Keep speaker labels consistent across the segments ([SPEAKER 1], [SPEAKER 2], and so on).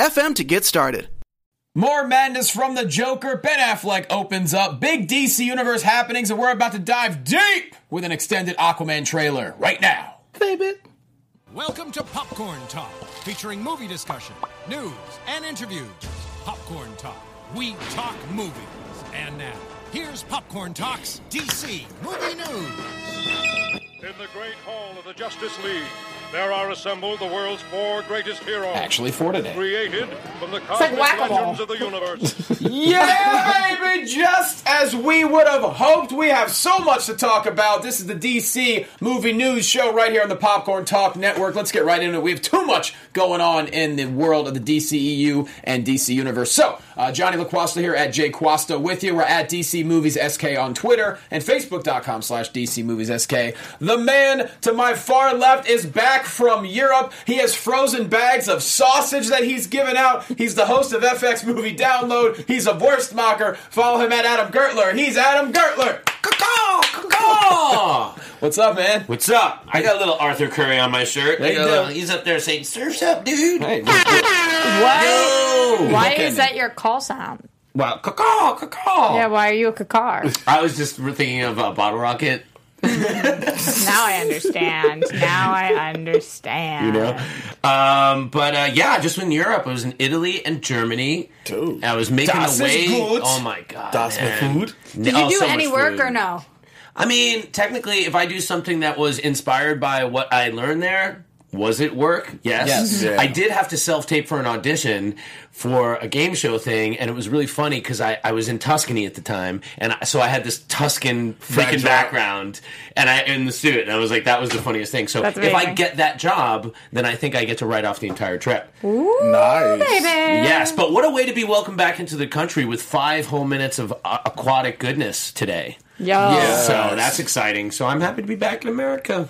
[SPEAKER 1] to get started.
[SPEAKER 2] More madness from the Joker. Ben Affleck opens up big DC Universe happenings, and we're about to dive deep with an extended Aquaman trailer right now.
[SPEAKER 1] Baby.
[SPEAKER 3] Welcome to Popcorn Talk, featuring movie discussion, news, and interviews. Popcorn Talk, we talk movies. And now, here's Popcorn Talk's DC Movie News.
[SPEAKER 4] In the Great Hall of the Justice League, there are assembled the world's four greatest heroes.
[SPEAKER 2] Actually, four today.
[SPEAKER 4] Created from the cosmic
[SPEAKER 5] like whack-a-mole.
[SPEAKER 4] legends of the universe.
[SPEAKER 2] yeah, baby, just as we would have hoped. We have so much to talk about. This is the DC movie news show right here on the Popcorn Talk Network. Let's get right into it. We have too much going on in the world of the DCEU and DC Universe. So, uh, Johnny LaQuasta here at Jay Quasta with you. We're at DC Movies SK on Twitter and Facebook.com slash DC Movies SK. The man to my far left is back from Europe. He has frozen bags of sausage that he's given out. He's the host of FX Movie Download. He's a worst mocker. Follow him at Adam Gertler. He's Adam Gertler. Caw-caw, caw-caw. What's up, man?
[SPEAKER 6] What's up? I got a little Arthur Curry on my shirt.
[SPEAKER 2] There you
[SPEAKER 6] I got a
[SPEAKER 2] go.
[SPEAKER 6] little- he's up there saying, "Surf's up, dude."
[SPEAKER 2] Hey, what's-
[SPEAKER 5] Why?
[SPEAKER 6] Yo!
[SPEAKER 5] Why
[SPEAKER 2] Look at
[SPEAKER 5] is that your call sound?
[SPEAKER 6] Wow, caw caw.
[SPEAKER 5] Yeah, why are you a kakar?
[SPEAKER 6] I was just thinking of a bottle rocket.
[SPEAKER 5] now I understand. Now I understand.
[SPEAKER 6] You know, um, but uh, yeah, just in Europe, I was in Italy and Germany.
[SPEAKER 2] Dude.
[SPEAKER 6] I was making
[SPEAKER 2] Das
[SPEAKER 6] the way.
[SPEAKER 2] ist gut.
[SPEAKER 6] Oh my god,
[SPEAKER 2] Das ist
[SPEAKER 6] man.
[SPEAKER 2] gut.
[SPEAKER 5] Did
[SPEAKER 6] Oh,
[SPEAKER 5] you do
[SPEAKER 6] so
[SPEAKER 5] any
[SPEAKER 6] much
[SPEAKER 5] work
[SPEAKER 6] food.
[SPEAKER 5] or no?
[SPEAKER 6] I mean, technically, if I do something that was inspired by what I learned there, was it work? Yes. Mm-hmm.
[SPEAKER 2] Yes. Yeah.
[SPEAKER 6] I did have to self tape for an audition for a game show thing, and it was really funny because I, I was in Tuscany at the time, and I, so I had this Tuscan
[SPEAKER 2] Backdrop.
[SPEAKER 6] freaking background, and I in the suit, and I was like, that was the funniest thing. So
[SPEAKER 5] That's
[SPEAKER 6] if I
[SPEAKER 5] amazing.
[SPEAKER 6] get that job, then I think I get to write off the entire trip.
[SPEAKER 2] Nice.
[SPEAKER 5] Baby.
[SPEAKER 6] Yes, but what a way to be welcomed back into the country with five whole minutes of uh, aquatic goodness today.
[SPEAKER 5] Yo.
[SPEAKER 2] Yeah.
[SPEAKER 6] So that's exciting. So I'm happy to be back in America.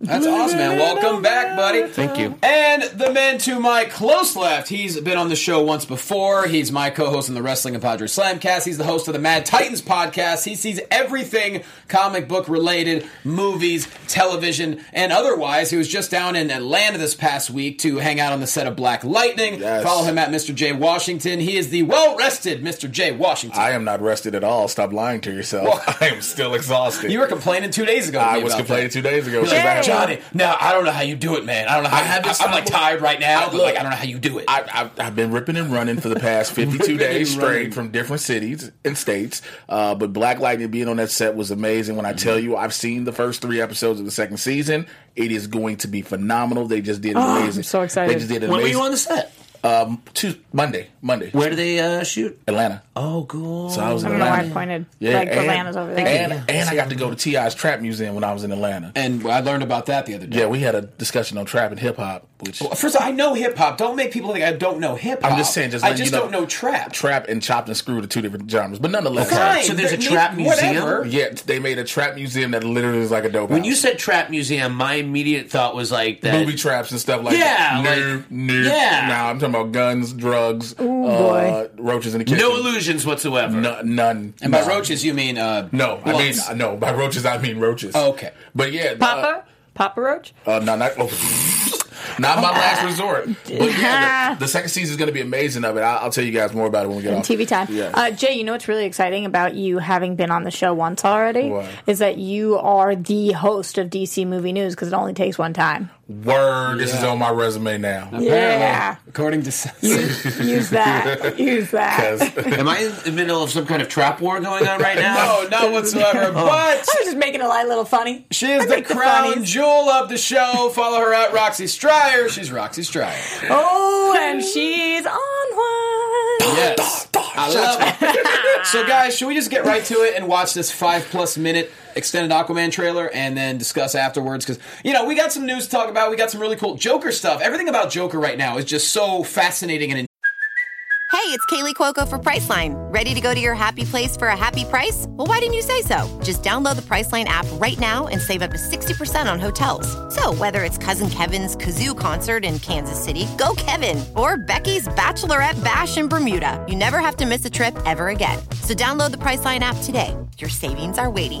[SPEAKER 2] That's awesome, man. Welcome back, buddy.
[SPEAKER 6] Thank you.
[SPEAKER 2] And the man to my close left, he's been on the show once before. He's my co-host on the Wrestling and Padres Slamcast. He's the host of the Mad Titans podcast. He sees everything comic book related, movies, television, and otherwise. He was just down in Atlanta this past week to hang out on the set of Black Lightning. Follow him at Mr. J Washington. He is the well-rested Mr. J Washington.
[SPEAKER 7] I am not rested at all. Stop lying to yourself.
[SPEAKER 2] Well-
[SPEAKER 7] I am still exhausted.
[SPEAKER 2] you were complaining two days ago. to
[SPEAKER 7] I
[SPEAKER 2] me
[SPEAKER 7] was
[SPEAKER 2] about
[SPEAKER 7] complaining
[SPEAKER 2] that.
[SPEAKER 7] two days ago.
[SPEAKER 2] You're like,
[SPEAKER 7] She's like,
[SPEAKER 2] Johnny, now I don't know how you do it, man. I don't know how
[SPEAKER 7] I
[SPEAKER 2] you-
[SPEAKER 7] have this-
[SPEAKER 2] I'm like tired right now,
[SPEAKER 7] I-
[SPEAKER 2] but like
[SPEAKER 7] look,
[SPEAKER 2] I don't know how you do it.
[SPEAKER 7] I, I've, I've been ripping and running for the past 52
[SPEAKER 2] Ripping
[SPEAKER 7] days
[SPEAKER 2] and
[SPEAKER 7] straight
[SPEAKER 2] running.
[SPEAKER 7] from different cities and states. Uh, but Black Lightning being on that set was amazing. When I tell you, I've seen the first three episodes of the second season. It is going to be phenomenal. They just did amazing.
[SPEAKER 5] Oh, I'm so excited.
[SPEAKER 7] They just did an
[SPEAKER 6] When were
[SPEAKER 7] amazing.
[SPEAKER 6] you on the set?
[SPEAKER 7] um, Tuesday, Monday, Monday,
[SPEAKER 6] Where do they uh, shoot?
[SPEAKER 7] Atlanta.
[SPEAKER 6] Oh, cool.
[SPEAKER 7] So I was
[SPEAKER 5] I
[SPEAKER 7] in
[SPEAKER 5] don't know why I
[SPEAKER 7] Atlanta.
[SPEAKER 5] pointed.
[SPEAKER 7] Yeah,
[SPEAKER 5] like, Atlanta's over there.
[SPEAKER 7] And, and I got to go to T.I.'s Trap Museum when I was in Atlanta.
[SPEAKER 2] and I learned about that the other day.
[SPEAKER 7] Yeah, we had a discussion on trap and hip hop, which
[SPEAKER 2] First, of all, I know hip hop. Don't make people think I don't know hip hop.
[SPEAKER 7] I'm just saying, just
[SPEAKER 2] Uh, I
[SPEAKER 7] letting
[SPEAKER 2] just
[SPEAKER 7] you know-
[SPEAKER 2] don't know trap.
[SPEAKER 7] trap and chopped and screwed are two different genres. But nonetheless,
[SPEAKER 2] Fine,
[SPEAKER 6] So there's a
[SPEAKER 2] there-
[SPEAKER 6] trap
[SPEAKER 2] whatever.
[SPEAKER 7] yeah, they made a trap museum that literally is like a dope.
[SPEAKER 6] When
[SPEAKER 7] house.
[SPEAKER 6] you said trap museum, my immediate thought was like that.
[SPEAKER 7] booby traps and stuff like
[SPEAKER 6] Yeah,
[SPEAKER 7] that, no,
[SPEAKER 6] like-
[SPEAKER 7] no,
[SPEAKER 6] yeah.
[SPEAKER 7] Nah, I'm talking about guns, drugs, uh, roaches in the kitchen.
[SPEAKER 6] no illusions whatsoever.
[SPEAKER 7] No- none.
[SPEAKER 2] And by
[SPEAKER 7] None.
[SPEAKER 2] roaches, you mean uh,
[SPEAKER 7] No, I mean
[SPEAKER 2] blunts.
[SPEAKER 7] no. By roaches, I mean roaches.
[SPEAKER 2] Oh, okay.
[SPEAKER 7] but yeah, uh,
[SPEAKER 5] Papa? Papa Roach?
[SPEAKER 7] Uh, no, not, oh, not my last resort. But yeah, the, the second season is going to be amazing of it. I'll, I'll tell you guys more about it when we get off.
[SPEAKER 5] TV time.
[SPEAKER 7] Yeah.
[SPEAKER 5] Uh, Jay, you know what's really exciting about you having been on the show once already?
[SPEAKER 7] What?
[SPEAKER 5] Is that you are the host of DC Movie News because it only takes one time.
[SPEAKER 7] Word, this is on my resume now.
[SPEAKER 5] Yeah.
[SPEAKER 2] According to
[SPEAKER 5] Use that. Use that.
[SPEAKER 7] 'Cause-
[SPEAKER 6] Am I in the middle of some kind of trap war going on right now?
[SPEAKER 2] no, not whatsoever. But
[SPEAKER 5] I was just making it a little funny.
[SPEAKER 2] she is
[SPEAKER 5] I
[SPEAKER 2] the
[SPEAKER 5] make the
[SPEAKER 2] crown
[SPEAKER 5] funnies.
[SPEAKER 2] jewel of the show. Follow her at Roxy Stryer. She's Roxy Stryer.
[SPEAKER 5] Oh, and she's on one.
[SPEAKER 2] Yes, I love it. so, guys, should we just get right to it and watch this five plus minute extended Aquaman trailer and then discuss afterwards? Because you know we got some news to talk about. We got some really cool Joker stuff. Everything about Joker right now is just so fascinating and.
[SPEAKER 8] it's Kaylee Cuoco for Priceline. Ready to go to your happy place for a happy price? Well, why didn't you say so? Just download the Priceline app right now and save up to 60% on hotels. So, whether it's Cousin Kevin's Kazoo concert in Kansas City, go Kevin, or Becky's Bachelorette Bash in Bermuda, you never have to miss a trip ever again. So, download the Priceline app today. Your savings are waiting.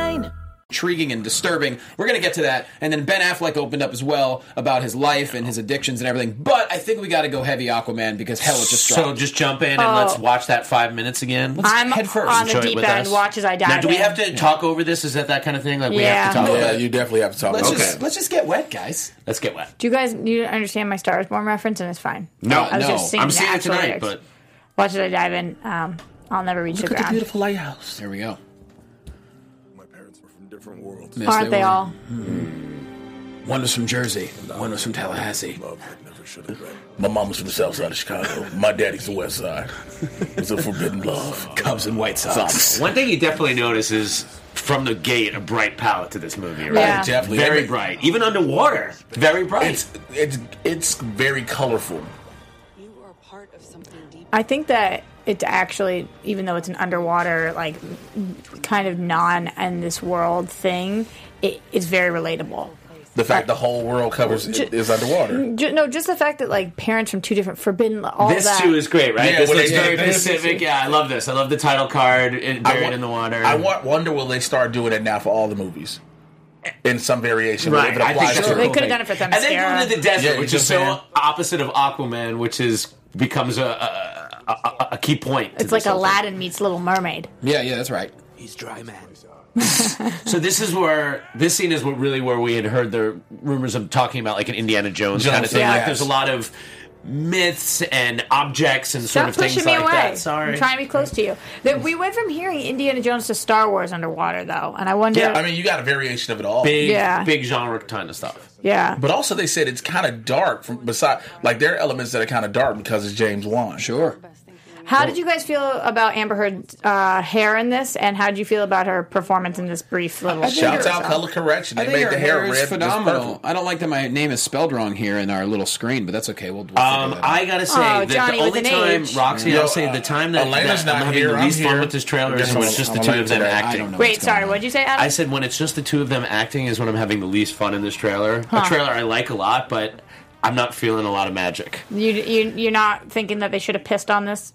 [SPEAKER 2] intriguing and disturbing. We're going to get to that. And then Ben Affleck opened up as well about his life and his addictions and everything. But I think we got to go heavy Aquaman because hell, it just
[SPEAKER 6] So
[SPEAKER 2] dropped.
[SPEAKER 6] just jump in and
[SPEAKER 5] Oh.
[SPEAKER 6] let's watch that five minutes again.
[SPEAKER 5] I'm
[SPEAKER 2] head first.
[SPEAKER 5] on the
[SPEAKER 6] Enjoy it
[SPEAKER 5] deep
[SPEAKER 6] with
[SPEAKER 5] end.
[SPEAKER 6] us.
[SPEAKER 5] Watch as I dive.
[SPEAKER 6] Now, do we
[SPEAKER 5] in.
[SPEAKER 6] have to talk over this? Is that that kind of thing? Like we have to
[SPEAKER 5] Yeah.
[SPEAKER 6] talk.
[SPEAKER 7] Yeah,
[SPEAKER 6] About it?
[SPEAKER 7] you definitely have to talk
[SPEAKER 2] let's
[SPEAKER 7] about
[SPEAKER 2] just
[SPEAKER 7] it.
[SPEAKER 2] let's just get wet, guys.
[SPEAKER 6] Let's get wet.
[SPEAKER 5] Do you guys you understand my Star is Born reference? And it's fine.
[SPEAKER 6] No,
[SPEAKER 5] I was
[SPEAKER 2] no.
[SPEAKER 5] just seeing
[SPEAKER 6] I'm
[SPEAKER 5] the
[SPEAKER 6] seeing it
[SPEAKER 5] actual
[SPEAKER 6] tonight,
[SPEAKER 5] lyrics.
[SPEAKER 6] but
[SPEAKER 5] watch as I dive in. Um, I'll never reach the ground.
[SPEAKER 2] Here we go.
[SPEAKER 9] My parents were from different worlds.
[SPEAKER 2] Yes,
[SPEAKER 5] Aren't they
[SPEAKER 2] were.
[SPEAKER 5] all?
[SPEAKER 2] One was from Jersey. One was from Tallahassee.
[SPEAKER 9] Love that never should have been.
[SPEAKER 7] My mom's from the south side of Chicago. My daddy's the west side. It's a forbidden love.
[SPEAKER 2] Cubs and White Sox.
[SPEAKER 6] one thing you definitely notice is from the gate a bright palette to this movie, right?
[SPEAKER 5] Yeah.
[SPEAKER 7] Definitely.
[SPEAKER 6] Very bright, even underwater. Very bright.
[SPEAKER 7] It's it's it's very colorful.
[SPEAKER 10] You are part of something deep.
[SPEAKER 5] I think that it's actually, even though it's an underwater, like kind of non in this world thing, it is very relatable.
[SPEAKER 7] The fact the whole world covers is underwater.
[SPEAKER 5] Ju- no, just the fact that like parents from two different forbidden all
[SPEAKER 6] this
[SPEAKER 5] that.
[SPEAKER 6] too is great, right?
[SPEAKER 7] Yeah,
[SPEAKER 6] this
[SPEAKER 7] when
[SPEAKER 6] looks
[SPEAKER 7] they-
[SPEAKER 6] very
[SPEAKER 7] yeah, this-
[SPEAKER 6] Pacific. Yeah, I love this. I love the title card it-
[SPEAKER 7] I
[SPEAKER 6] buried
[SPEAKER 7] wa-
[SPEAKER 6] in the water.
[SPEAKER 7] I want, wonder will they start doing it now for all the movies in some variation.
[SPEAKER 6] Right,
[SPEAKER 7] If it
[SPEAKER 6] I think
[SPEAKER 7] applies
[SPEAKER 6] that's
[SPEAKER 7] to
[SPEAKER 6] a
[SPEAKER 5] they
[SPEAKER 6] cool
[SPEAKER 5] could have
[SPEAKER 6] thing.
[SPEAKER 5] done it for them.
[SPEAKER 6] and then going to the desert,
[SPEAKER 7] Yeah,
[SPEAKER 6] which
[SPEAKER 7] you
[SPEAKER 6] is
[SPEAKER 7] know
[SPEAKER 6] so
[SPEAKER 7] what I'm saying?
[SPEAKER 6] opposite of Aquaman, which is becomes a a, a, a- a key point. to
[SPEAKER 5] it's like
[SPEAKER 6] this whole thing.
[SPEAKER 5] Aladdin meets Little Mermaid.
[SPEAKER 2] Yeah, yeah, that's right.
[SPEAKER 6] He's dry man. so this is where this scene is what really where we had heard the rumors of talking about like an Indiana Jones, kind of
[SPEAKER 7] Jones,
[SPEAKER 6] thing. Like
[SPEAKER 7] yes.
[SPEAKER 6] there's a lot of myths and objects and sort
[SPEAKER 5] Stop
[SPEAKER 6] of things
[SPEAKER 5] pushing me
[SPEAKER 6] like
[SPEAKER 5] away.
[SPEAKER 6] that. Sorry.
[SPEAKER 5] I'm trying to be close to you. That we went from hearing Indiana Jones to Star Wars underwater though, and I wonder.
[SPEAKER 6] Yeah,
[SPEAKER 7] I mean, you got a variation of it all.
[SPEAKER 6] big
[SPEAKER 5] Yeah.
[SPEAKER 6] big genre kind of stuff.
[SPEAKER 5] yeah.
[SPEAKER 7] But also, they said it's kind of dark. From beside, like there are elements that are kind of dark because it's James Wan.
[SPEAKER 2] Sure.
[SPEAKER 5] How did you guys feel about Amber Heard's uh, hair in this, and how did you feel about her performance in this brief little?
[SPEAKER 7] Shouts
[SPEAKER 5] show?
[SPEAKER 7] out color correction.
[SPEAKER 2] I
[SPEAKER 7] They
[SPEAKER 2] think
[SPEAKER 7] made
[SPEAKER 2] her
[SPEAKER 7] the
[SPEAKER 2] hair,
[SPEAKER 7] hair,
[SPEAKER 2] is
[SPEAKER 7] red.
[SPEAKER 2] phenomenal.
[SPEAKER 7] Phenomenal.
[SPEAKER 2] I don't like that my name is spelled wrong here in our little screen, but that's okay. We'll. we'll
[SPEAKER 6] Um,
[SPEAKER 2] figure that out.
[SPEAKER 6] I gotta say
[SPEAKER 5] Oh,
[SPEAKER 6] that
[SPEAKER 5] Johnny
[SPEAKER 6] the
[SPEAKER 5] with
[SPEAKER 6] only
[SPEAKER 5] an
[SPEAKER 6] time
[SPEAKER 5] H.
[SPEAKER 6] Roxy,
[SPEAKER 7] Yo,
[SPEAKER 6] I'll say the time that,
[SPEAKER 7] uh, Elena's
[SPEAKER 6] that I'm
[SPEAKER 7] not
[SPEAKER 6] having
[SPEAKER 7] here,
[SPEAKER 6] the
[SPEAKER 7] I'm
[SPEAKER 6] least fun
[SPEAKER 7] here.
[SPEAKER 6] with this trailer is
[SPEAKER 7] Guess
[SPEAKER 6] when
[SPEAKER 7] I'm-
[SPEAKER 6] it's just the
[SPEAKER 7] I'm
[SPEAKER 6] two
[SPEAKER 7] late
[SPEAKER 6] of them
[SPEAKER 7] today. I
[SPEAKER 6] acting.
[SPEAKER 2] don't know.
[SPEAKER 5] Wait,
[SPEAKER 2] What's going
[SPEAKER 5] sorry,
[SPEAKER 2] on?
[SPEAKER 5] what'd you say, Adam?
[SPEAKER 6] I said when it's just the two of them acting is when I'm having the least fun in this trailer. A trailer I like a lot, but I'm not feeling a lot of magic.
[SPEAKER 5] you, you you're not thinking that they should have pissed on this.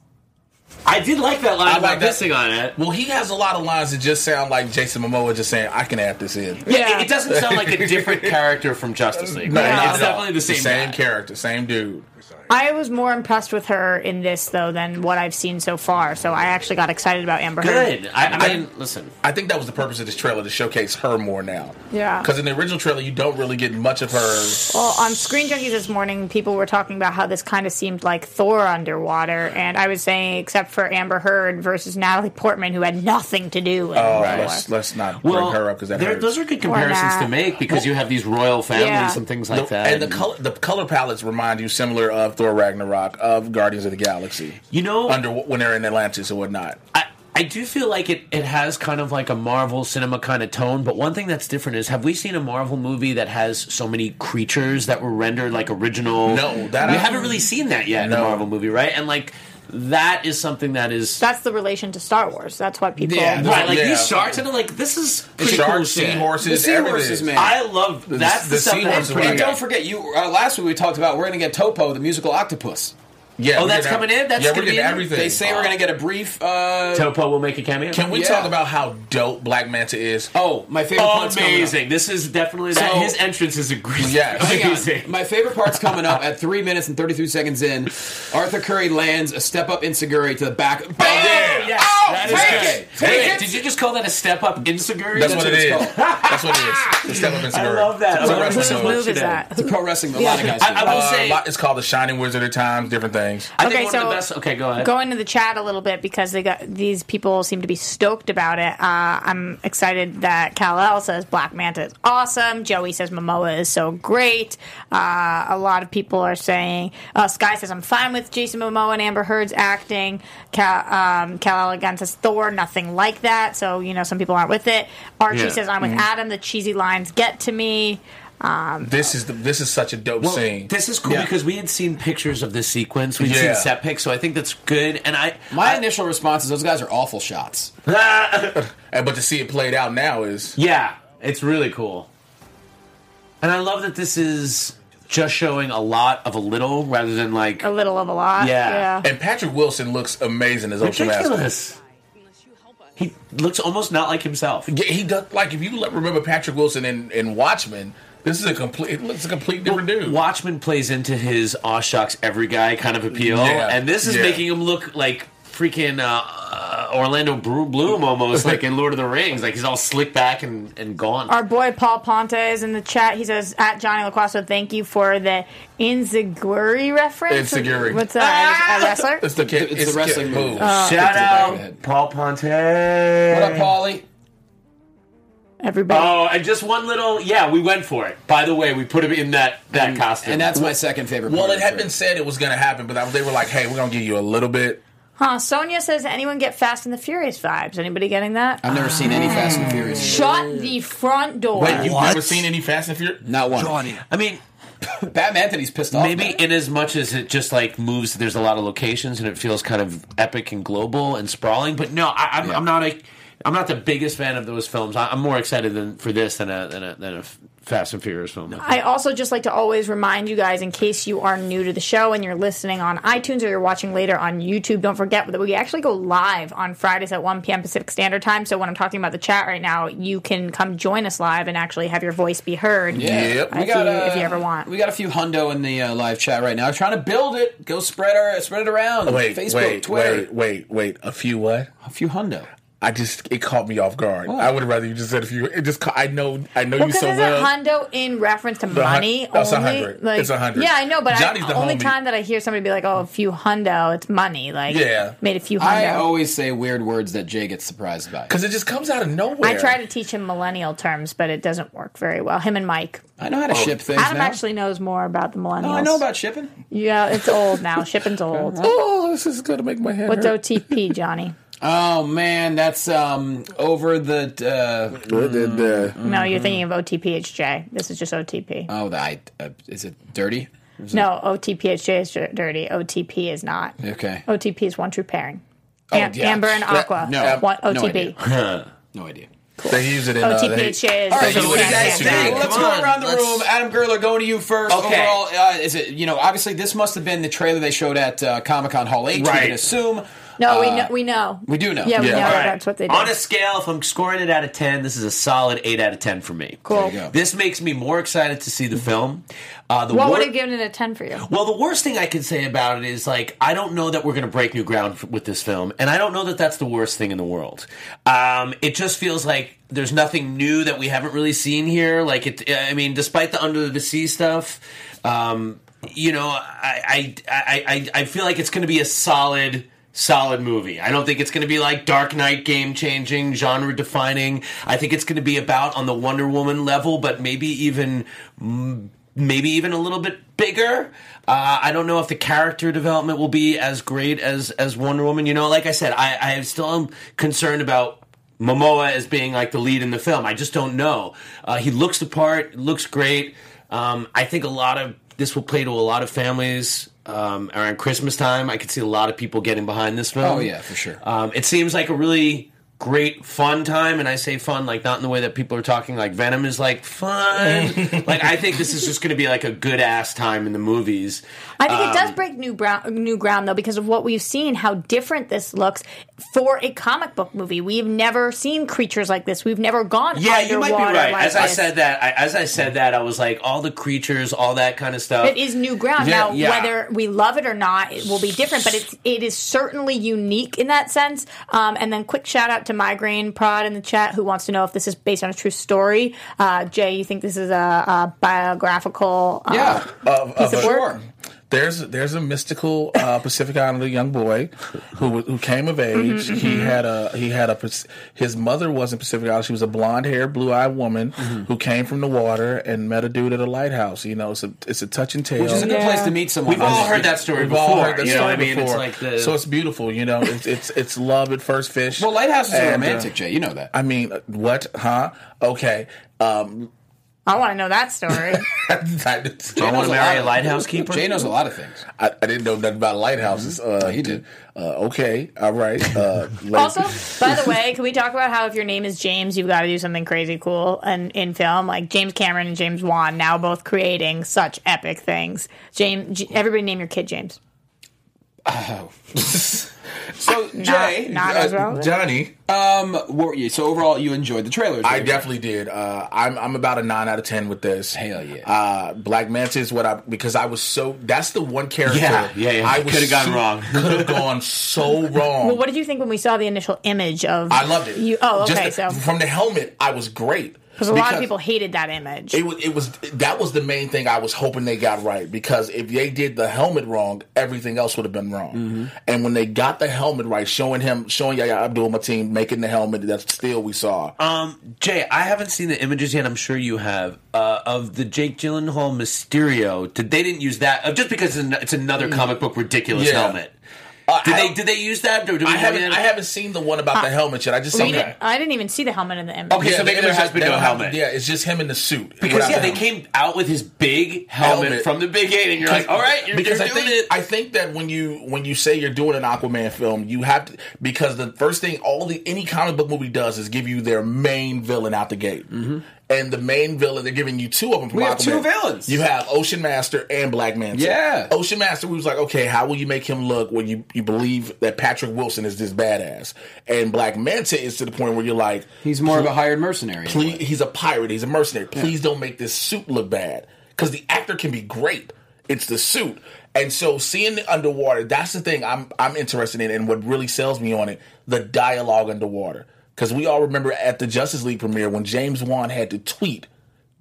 [SPEAKER 6] I did like that line
[SPEAKER 7] I
[SPEAKER 6] about
[SPEAKER 7] like that-
[SPEAKER 6] pissing on it.
[SPEAKER 7] Well, he has a lot of lines that just sound like Jason Momoa just saying, "I can add this in."
[SPEAKER 5] Yeah.
[SPEAKER 6] It, it doesn't sound like a different character from Justice League.
[SPEAKER 7] No,
[SPEAKER 6] right? It's
[SPEAKER 7] not at all.
[SPEAKER 6] definitely the same, guy.
[SPEAKER 7] character, same dude.
[SPEAKER 5] I was more impressed with her in this though than what I've seen so far. So I actually got excited about Amber Heard.
[SPEAKER 6] Good. I, I mean, listen.
[SPEAKER 7] I think that was the purpose of this trailer to showcase her more now.
[SPEAKER 5] Yeah.
[SPEAKER 7] Because in the original trailer, you don't really get much of her.
[SPEAKER 5] Well, on Screen Junkies this morning, people were talking about how this kind of seemed like Thor underwater, and I was saying except for Amber Heard versus Natalie Portman, who had nothing to do. With Thor.
[SPEAKER 7] Oh, let's let's not
[SPEAKER 6] Well,
[SPEAKER 7] bring her up because that
[SPEAKER 6] there-
[SPEAKER 7] hurts.
[SPEAKER 6] those are good
[SPEAKER 5] Why
[SPEAKER 6] comparisons
[SPEAKER 5] not?
[SPEAKER 6] to make because you have these royal families
[SPEAKER 5] Yeah.
[SPEAKER 6] and things
[SPEAKER 7] The-
[SPEAKER 6] like that.
[SPEAKER 7] and the color the color palettes remind you similar of Thor Ragnarok, of Guardians of the Galaxy.
[SPEAKER 6] You know,
[SPEAKER 7] under when they're in Atlantis or whatnot.
[SPEAKER 6] I, I do feel like it, it has kind of like a Marvel cinema kind of tone, but one thing that's different is have we seen a Marvel movie that has so many creatures that were rendered like original?
[SPEAKER 7] No, that
[SPEAKER 6] we
[SPEAKER 7] I-
[SPEAKER 6] haven't really seen that yet in a
[SPEAKER 7] No.
[SPEAKER 6] Marvel movie, right? And like that is something that is
[SPEAKER 5] That's the relation to Star Wars. That's what people.
[SPEAKER 7] Yeah, that's-
[SPEAKER 6] right. Like
[SPEAKER 7] yeah.
[SPEAKER 6] these sharks, and I'm like this is pretty cool
[SPEAKER 7] Sharks,
[SPEAKER 6] shit.
[SPEAKER 2] the
[SPEAKER 7] seahorses,
[SPEAKER 2] seahorses,
[SPEAKER 7] everything.
[SPEAKER 2] man.
[SPEAKER 6] I love that's the,
[SPEAKER 7] the
[SPEAKER 6] stuff
[SPEAKER 7] sea
[SPEAKER 6] that's
[SPEAKER 7] horses
[SPEAKER 6] pretty.
[SPEAKER 2] and
[SPEAKER 7] right.
[SPEAKER 2] don't forget, you uh, last week we talked about we're going to get Topo, the musical octopus.
[SPEAKER 7] Yeah,
[SPEAKER 6] Oh,
[SPEAKER 7] we
[SPEAKER 6] that's
[SPEAKER 7] get ev-
[SPEAKER 6] coming in? That's
[SPEAKER 7] yeah, we're
[SPEAKER 6] gonna be
[SPEAKER 7] getting
[SPEAKER 6] in?
[SPEAKER 7] everything.
[SPEAKER 2] They say we're going to get a brief. Uh,
[SPEAKER 6] Topo will make a cameo.
[SPEAKER 7] Can we
[SPEAKER 2] Yeah.
[SPEAKER 7] talk about how dope Black Manta is?
[SPEAKER 2] oh, my favorite part's coming up.
[SPEAKER 6] Amazing! This is definitely that.
[SPEAKER 2] So-
[SPEAKER 6] His entrance is agreeable.
[SPEAKER 7] Yes.
[SPEAKER 2] Hang on.
[SPEAKER 6] amazing.
[SPEAKER 2] My favorite part's coming up at three minutes and thirty-three seconds in. Arthur Curry lands a step up insiguri to the back. Bam!
[SPEAKER 7] yeah.
[SPEAKER 6] Yes,
[SPEAKER 2] Oh,
[SPEAKER 6] that
[SPEAKER 2] take
[SPEAKER 6] is
[SPEAKER 2] it!
[SPEAKER 6] good.
[SPEAKER 2] Take
[SPEAKER 6] Wait,
[SPEAKER 2] it!
[SPEAKER 6] did you just call that a step up insecurity?
[SPEAKER 7] That's, what it
[SPEAKER 2] it's
[SPEAKER 7] is.
[SPEAKER 2] called.
[SPEAKER 7] That's what it is. The step up
[SPEAKER 6] I
[SPEAKER 7] insecurity.
[SPEAKER 6] love that.
[SPEAKER 7] It's a
[SPEAKER 6] I love
[SPEAKER 7] wrestling
[SPEAKER 5] Whose
[SPEAKER 6] so
[SPEAKER 7] movie.
[SPEAKER 6] much
[SPEAKER 5] move is
[SPEAKER 6] today.
[SPEAKER 5] that?
[SPEAKER 2] Pro wrestling, a lot of guys.
[SPEAKER 6] I-
[SPEAKER 2] do.
[SPEAKER 6] I will
[SPEAKER 7] Uh,
[SPEAKER 6] say-
[SPEAKER 7] lot- it's called the Shining Wizard of Times. Different things.
[SPEAKER 6] I think
[SPEAKER 5] Okay,
[SPEAKER 6] one
[SPEAKER 5] so-
[SPEAKER 6] of the best. Okay, go ahead.
[SPEAKER 5] Going to the chat a little bit because they got these people seem to be stoked about it. Uh, I'm excited that Kal El says Black Manta is awesome. Joey says Momoa is so great. Uh, a lot of people are saying uh, Sky says I'm fine with Jason Momoa and Amber Heard's acting. Cal um, Kal El again John says Thor, nothing like that. So you know, some people aren't with it. Archie
[SPEAKER 6] Yeah. Mm-hmm.
[SPEAKER 5] says I'm with Adam. The cheesy lines get to me.
[SPEAKER 7] This is the, this is such a dope
[SPEAKER 6] Well,
[SPEAKER 7] scene.
[SPEAKER 6] this is cool
[SPEAKER 7] Yeah.
[SPEAKER 6] because we had seen pictures of this sequence. We'd seen
[SPEAKER 7] Yeah.
[SPEAKER 6] set pics, so I think that's good. And I,
[SPEAKER 2] My
[SPEAKER 6] I-
[SPEAKER 2] initial response is those guys are awful shots.
[SPEAKER 7] And- but to see it played out now is
[SPEAKER 6] Yeah, it's really cool. And I love that this is just showing a lot of a little rather than like
[SPEAKER 5] A little of a lot.
[SPEAKER 6] Yeah.
[SPEAKER 7] and Patrick Wilson looks amazing as Ultra Master.
[SPEAKER 6] ridiculous. He looks almost not like himself.
[SPEAKER 7] Yeah, he does. Like if you let- remember Patrick Wilson in, in Watchmen, this is a complete. It looks a complete different dude.
[SPEAKER 6] Watchman plays into his aw shucks every guy kind of appeal,
[SPEAKER 7] Yeah,
[SPEAKER 6] and this is
[SPEAKER 7] yeah.
[SPEAKER 6] making him look like freaking uh, Orlando Bru- Bloom almost, like in Lord of the Rings. Like he's all slick back and, and gone.
[SPEAKER 5] Our boy Paul Ponte is in the chat. He says at Johnny LaQuasso, thank you for the Inzaguri reference.
[SPEAKER 7] Inzaguri.
[SPEAKER 5] What's that? A wrestler?
[SPEAKER 7] It's the kid.
[SPEAKER 2] It's the wrestling
[SPEAKER 7] kid-
[SPEAKER 2] move.
[SPEAKER 6] Shout
[SPEAKER 5] uh,
[SPEAKER 2] the back of the
[SPEAKER 6] out
[SPEAKER 2] head.
[SPEAKER 6] Paul Ponte.
[SPEAKER 2] What up, Paulie?
[SPEAKER 5] Everybody.
[SPEAKER 6] Oh, and just one little yeah, we went for it. By the way, we put him in that that costume,
[SPEAKER 2] And that's my second favorite.
[SPEAKER 7] Well,
[SPEAKER 2] part
[SPEAKER 7] it
[SPEAKER 2] of
[SPEAKER 7] had
[SPEAKER 2] the
[SPEAKER 7] been said it was going to happen, but they were like, "Hey, we're going to give you a little bit."
[SPEAKER 5] Huh, Sonia says, anyone get Fast and the Furious vibes? Anybody getting that?
[SPEAKER 2] I've never seen any Fast and
[SPEAKER 7] Ah.
[SPEAKER 2] Furious.
[SPEAKER 5] Shut the front door.
[SPEAKER 7] Wait, you've
[SPEAKER 6] What?
[SPEAKER 7] never seen any Fast and Furious?
[SPEAKER 2] Not one.
[SPEAKER 6] I mean,
[SPEAKER 2] Batman Anthony's pissed off.
[SPEAKER 6] maybe
[SPEAKER 2] man.
[SPEAKER 6] in as much as it just like moves, there's a lot of locations and it feels kind of epic and global and sprawling. But no, I, I'm,
[SPEAKER 2] Yeah.
[SPEAKER 6] I'm not a, I'm not the biggest fan of those films. I, I'm more excited than for this than a than a, than a Fast and Furious film.
[SPEAKER 5] I also just like to always remind you guys, in case you are new to the show and you're listening on iTunes or you're watching later on YouTube, don't forget that we actually go live on Fridays at 1 p.m. Pacific Standard Time. So when I'm talking about the chat right now, you can come join us live and actually have your voice be heard.
[SPEAKER 7] Yep.
[SPEAKER 5] If you- if you ever want.
[SPEAKER 2] uh, we got a few hundo in the uh, live chat right now. Trying to build it. Go spread our spread it around.
[SPEAKER 7] Wait,
[SPEAKER 2] Facebook,
[SPEAKER 7] wait,
[SPEAKER 2] Twitter,
[SPEAKER 7] wait, wait, wait. A few what?
[SPEAKER 2] a few hundo.
[SPEAKER 7] I just it caught me off guard. I would have rather you just said a few. It just ca- I know I know
[SPEAKER 5] Well,
[SPEAKER 7] you
[SPEAKER 5] because
[SPEAKER 7] so
[SPEAKER 5] isn't
[SPEAKER 7] well.
[SPEAKER 5] hundo in reference to
[SPEAKER 7] hun-
[SPEAKER 5] money
[SPEAKER 7] uh, that's a
[SPEAKER 5] only?
[SPEAKER 7] hundred.
[SPEAKER 5] Like,
[SPEAKER 7] It's a hundred.
[SPEAKER 5] Yeah, I know, but I,
[SPEAKER 7] Johnny's
[SPEAKER 5] the
[SPEAKER 7] the
[SPEAKER 5] only
[SPEAKER 7] homie.
[SPEAKER 5] time that I hear somebody be like, "Oh, a few hundo," it's money. Like,
[SPEAKER 7] Yeah.
[SPEAKER 5] made a few
[SPEAKER 2] I
[SPEAKER 5] hundo.
[SPEAKER 2] always say weird words that Jay gets surprised by.
[SPEAKER 7] Because it just comes out of nowhere.
[SPEAKER 5] I try to teach him millennial terms, but it doesn't work very well. Him and Mike.
[SPEAKER 2] I know how to
[SPEAKER 7] Oh.
[SPEAKER 2] ship things.
[SPEAKER 5] Adam
[SPEAKER 2] now.
[SPEAKER 5] actually knows more about the millennials.
[SPEAKER 2] Oh, I know about shipping.
[SPEAKER 5] Yeah, it's old now. Shipping's old.
[SPEAKER 7] Oh, this is gonna make my head.
[SPEAKER 5] What's
[SPEAKER 7] hurt.
[SPEAKER 5] OTP, Johnny?
[SPEAKER 2] Oh man, that's um over the. Uh,
[SPEAKER 7] Good, good, uh,
[SPEAKER 5] No, you're thinking of OTPHJ. This is just OTP.
[SPEAKER 2] oh, the I, Mm-hmm. uh, is it dirty?
[SPEAKER 5] no, OTPHJ is dir- dirty. OTP is not.
[SPEAKER 2] Okay,
[SPEAKER 5] OTP is one true pairing.
[SPEAKER 7] Oh,
[SPEAKER 5] Am-
[SPEAKER 7] yeah.
[SPEAKER 5] Amber and
[SPEAKER 7] Yeah,
[SPEAKER 5] Aqua.
[SPEAKER 2] no,
[SPEAKER 5] One-
[SPEAKER 2] no
[SPEAKER 5] OTP.
[SPEAKER 2] no idea.
[SPEAKER 7] They use
[SPEAKER 5] Oh,
[SPEAKER 7] it in. Uh, they,
[SPEAKER 5] OTPHJ is.
[SPEAKER 2] All right,
[SPEAKER 7] Thank
[SPEAKER 2] so
[SPEAKER 7] you.
[SPEAKER 2] what do you guys
[SPEAKER 7] Thank you.
[SPEAKER 2] think?
[SPEAKER 7] Come
[SPEAKER 2] Let's go
[SPEAKER 6] on,
[SPEAKER 2] around the
[SPEAKER 6] let's-
[SPEAKER 2] room. Adam Gerler, going to you first.
[SPEAKER 6] Okay.
[SPEAKER 2] Overall, uh, is it you know obviously this must have been the trailer they showed at uh, Comic Con Hall H. We
[SPEAKER 6] Right.
[SPEAKER 2] can assume.
[SPEAKER 5] No, we
[SPEAKER 2] Uh,
[SPEAKER 5] know. We know.
[SPEAKER 2] we do know.
[SPEAKER 5] Yeah, we
[SPEAKER 7] Yeah.
[SPEAKER 5] know
[SPEAKER 7] All
[SPEAKER 5] that
[SPEAKER 7] right.
[SPEAKER 5] that's what they do.
[SPEAKER 6] On a scale, if I'm scoring it out of ten, this is a solid eight out of ten for me.
[SPEAKER 5] cool.
[SPEAKER 2] you go.
[SPEAKER 6] This makes me more excited to see the film. Uh, the
[SPEAKER 5] What
[SPEAKER 6] war-
[SPEAKER 5] would have given it a ten for you?
[SPEAKER 6] Well, the worst thing I can say about it is like I don't know that we're going to break new ground f- with this film, and I don't know that that's the worst thing in the world. Um, it just feels like there's nothing new that we haven't really seen here. Like it, I mean, despite the under the sea stuff, um, you know, I I I, I I feel like it's going to be a solid. Solid movie. I don't think it's going to be like Dark Knight game changing, genre defining. I think it's going to be about on the Wonder Woman level, but maybe even maybe even a little bit bigger. Uh, I don't know if the character development will be as great as as Wonder Woman. You know, like I said, I, I still am concerned about Momoa as being like the lead in the film. I just don't know. Uh, he looks the part, looks great. Um, I think a lot of this will play to a lot of families. Um, around Christmas time, I could see a lot of people getting behind this film.
[SPEAKER 2] Oh, yeah, for sure.
[SPEAKER 6] Um, it seems like a really great fun time, and I say fun like not in the way that people are talking. Like Venom is like fun. like I think this is just going to be like a good ass time in the movies.
[SPEAKER 5] I think it
[SPEAKER 6] Um,
[SPEAKER 5] does break new ground, new ground though, because of what we've seen, how different this looks for a comic book movie. We've never seen creatures like this. We've never gone.
[SPEAKER 6] Yeah, you might be
[SPEAKER 5] underwater
[SPEAKER 6] right.
[SPEAKER 5] Like
[SPEAKER 6] As I
[SPEAKER 5] this.
[SPEAKER 6] said that, I, as I said that, I was like all the creatures, all that kind of stuff.
[SPEAKER 5] It is new ground.
[SPEAKER 6] Yeah,
[SPEAKER 5] now,
[SPEAKER 6] yeah.
[SPEAKER 5] whether we love it or not, it will be different. But it's it is certainly unique in that sense. Um, and then, quick shout out to Migraine Prod in the chat who wants to know if this is based on a true story. Uh, Jay, you think this is a, a biographical? Uh,
[SPEAKER 2] Yeah.
[SPEAKER 7] of,
[SPEAKER 5] Piece
[SPEAKER 7] of
[SPEAKER 5] of
[SPEAKER 7] a-
[SPEAKER 5] work?
[SPEAKER 7] There's there's a mystical uh, Pacific Islander young boy who who came of
[SPEAKER 6] Mm-hmm,
[SPEAKER 7] age. He had a he had a Pac- his mother wasn't Pacific Islander. She was a blonde haired, blue eyed woman
[SPEAKER 6] Mm-hmm.
[SPEAKER 7] who came from the water and met a dude at a lighthouse. You know, it's a it's a touch and tale.
[SPEAKER 2] Which is a good place to meet someone.
[SPEAKER 6] We've all
[SPEAKER 2] honestly.
[SPEAKER 6] heard that story
[SPEAKER 7] We've
[SPEAKER 6] before.
[SPEAKER 7] all heard that
[SPEAKER 6] you know
[SPEAKER 7] story
[SPEAKER 6] what I mean?
[SPEAKER 7] before.
[SPEAKER 6] It's like the
[SPEAKER 7] so it's beautiful. You know, it's it's, it's love at first fish.
[SPEAKER 2] Well, Lighthouses are
[SPEAKER 7] And, uh,
[SPEAKER 2] romantic, Jay. You know that.
[SPEAKER 7] I mean, uh, what? Huh? Okay. Um,
[SPEAKER 5] I want to know that story.
[SPEAKER 7] I,
[SPEAKER 6] I want
[SPEAKER 2] knows
[SPEAKER 6] to
[SPEAKER 2] a lot
[SPEAKER 6] marry a
[SPEAKER 2] of-
[SPEAKER 6] lighthouse keeper.
[SPEAKER 2] Jay knows a lot of things.
[SPEAKER 7] I didn't know nothing about lighthouses.
[SPEAKER 6] Mm-hmm.
[SPEAKER 7] Uh,
[SPEAKER 2] he did.
[SPEAKER 7] Uh, okay. All right. Uh,
[SPEAKER 5] also,
[SPEAKER 7] ladies-
[SPEAKER 5] by the way, can we talk about how if your name is James, you've got to do something crazy cool and in film, like James Cameron and James Wan now both creating such epic things. James, J- everybody name your kid James.
[SPEAKER 2] So, Oh, Jay,
[SPEAKER 5] not as
[SPEAKER 6] Uh,
[SPEAKER 5] relevant.
[SPEAKER 7] Johnny.
[SPEAKER 2] um, were you, so overall, you enjoyed the trailers.
[SPEAKER 7] I
[SPEAKER 2] right?
[SPEAKER 7] definitely did. Uh, I'm I'm about a nine out of ten with this.
[SPEAKER 2] Hell yeah.
[SPEAKER 7] Uh, Black Manta is what I because I was so that's the one character.
[SPEAKER 6] Yeah, yeah, yeah.
[SPEAKER 7] I
[SPEAKER 6] Could've gone wrong.
[SPEAKER 7] Could have gone so wrong.
[SPEAKER 5] Well, what did you think when we saw the initial image of?
[SPEAKER 7] I loved it.
[SPEAKER 5] You, oh,
[SPEAKER 7] Just
[SPEAKER 5] okay, so
[SPEAKER 7] the- from the helmet, I was great
[SPEAKER 5] because a lot of people hated that image.
[SPEAKER 7] It was, it was that was the main thing I was hoping they got right because if they did the helmet wrong, everything else would have been wrong.
[SPEAKER 6] Mm-hmm.
[SPEAKER 7] And when they got the helmet right, showing him, showing Yaya Abdul Mateen making the helmet, that still we saw.
[SPEAKER 6] Um, Jay, I haven't seen the images yet. I'm sure you have uh, of the Jake Gyllenhaal Mysterio. Did they didn't use that uh, just because it's, an, it's another comic book ridiculous
[SPEAKER 7] Yeah.
[SPEAKER 6] helmet?
[SPEAKER 7] Uh,
[SPEAKER 6] Did
[SPEAKER 7] I
[SPEAKER 6] they
[SPEAKER 7] don't-
[SPEAKER 6] did they use that? Or do we
[SPEAKER 7] I
[SPEAKER 6] know
[SPEAKER 7] haven't
[SPEAKER 6] yet?
[SPEAKER 7] I haven't seen the one about the helmet yet. I just
[SPEAKER 5] We
[SPEAKER 7] seen
[SPEAKER 5] didn't,
[SPEAKER 7] that.
[SPEAKER 5] I didn't even see the helmet in the image.
[SPEAKER 6] Okay, so maybe there
[SPEAKER 7] image
[SPEAKER 6] has been
[SPEAKER 7] they
[SPEAKER 6] no
[SPEAKER 7] don't have-
[SPEAKER 6] helmet.
[SPEAKER 7] yeah, it's just him in the suit
[SPEAKER 6] Because
[SPEAKER 7] without
[SPEAKER 6] yeah, they
[SPEAKER 7] the helmet.
[SPEAKER 6] came out with his big helmet,
[SPEAKER 7] Helmet.
[SPEAKER 6] from the big eight, and you're like, all right, you're,
[SPEAKER 7] because
[SPEAKER 6] you're
[SPEAKER 7] I
[SPEAKER 6] doing
[SPEAKER 7] think
[SPEAKER 6] it.
[SPEAKER 7] I think that when you when you say you're doing an Aquaman film, you have to because the first thing all the any comic book movie does is give you their main villain out the gate.
[SPEAKER 6] Mm-hmm.
[SPEAKER 7] And the main villain, they're giving you two of them. From
[SPEAKER 2] We have
[SPEAKER 7] Aquaman.
[SPEAKER 2] two villains.
[SPEAKER 7] You have Ocean Master and Black Manta.
[SPEAKER 2] Yeah.
[SPEAKER 7] Ocean Master, we was like, okay, how will you make him look when you, you believe that Patrick Wilson is this badass, and Black Manta is to the point where you're like,
[SPEAKER 2] He's more of a hired mercenary.
[SPEAKER 7] please, he's a pirate. He's a mercenary. Please don't make this suit look bad because the actor can be great. It's the suit, and so seeing the underwater. That's the thing I'm I'm interested in, and what really sells me on it: the dialogue underwater. Because we all remember at the Justice League premiere when James Wan had to tweet,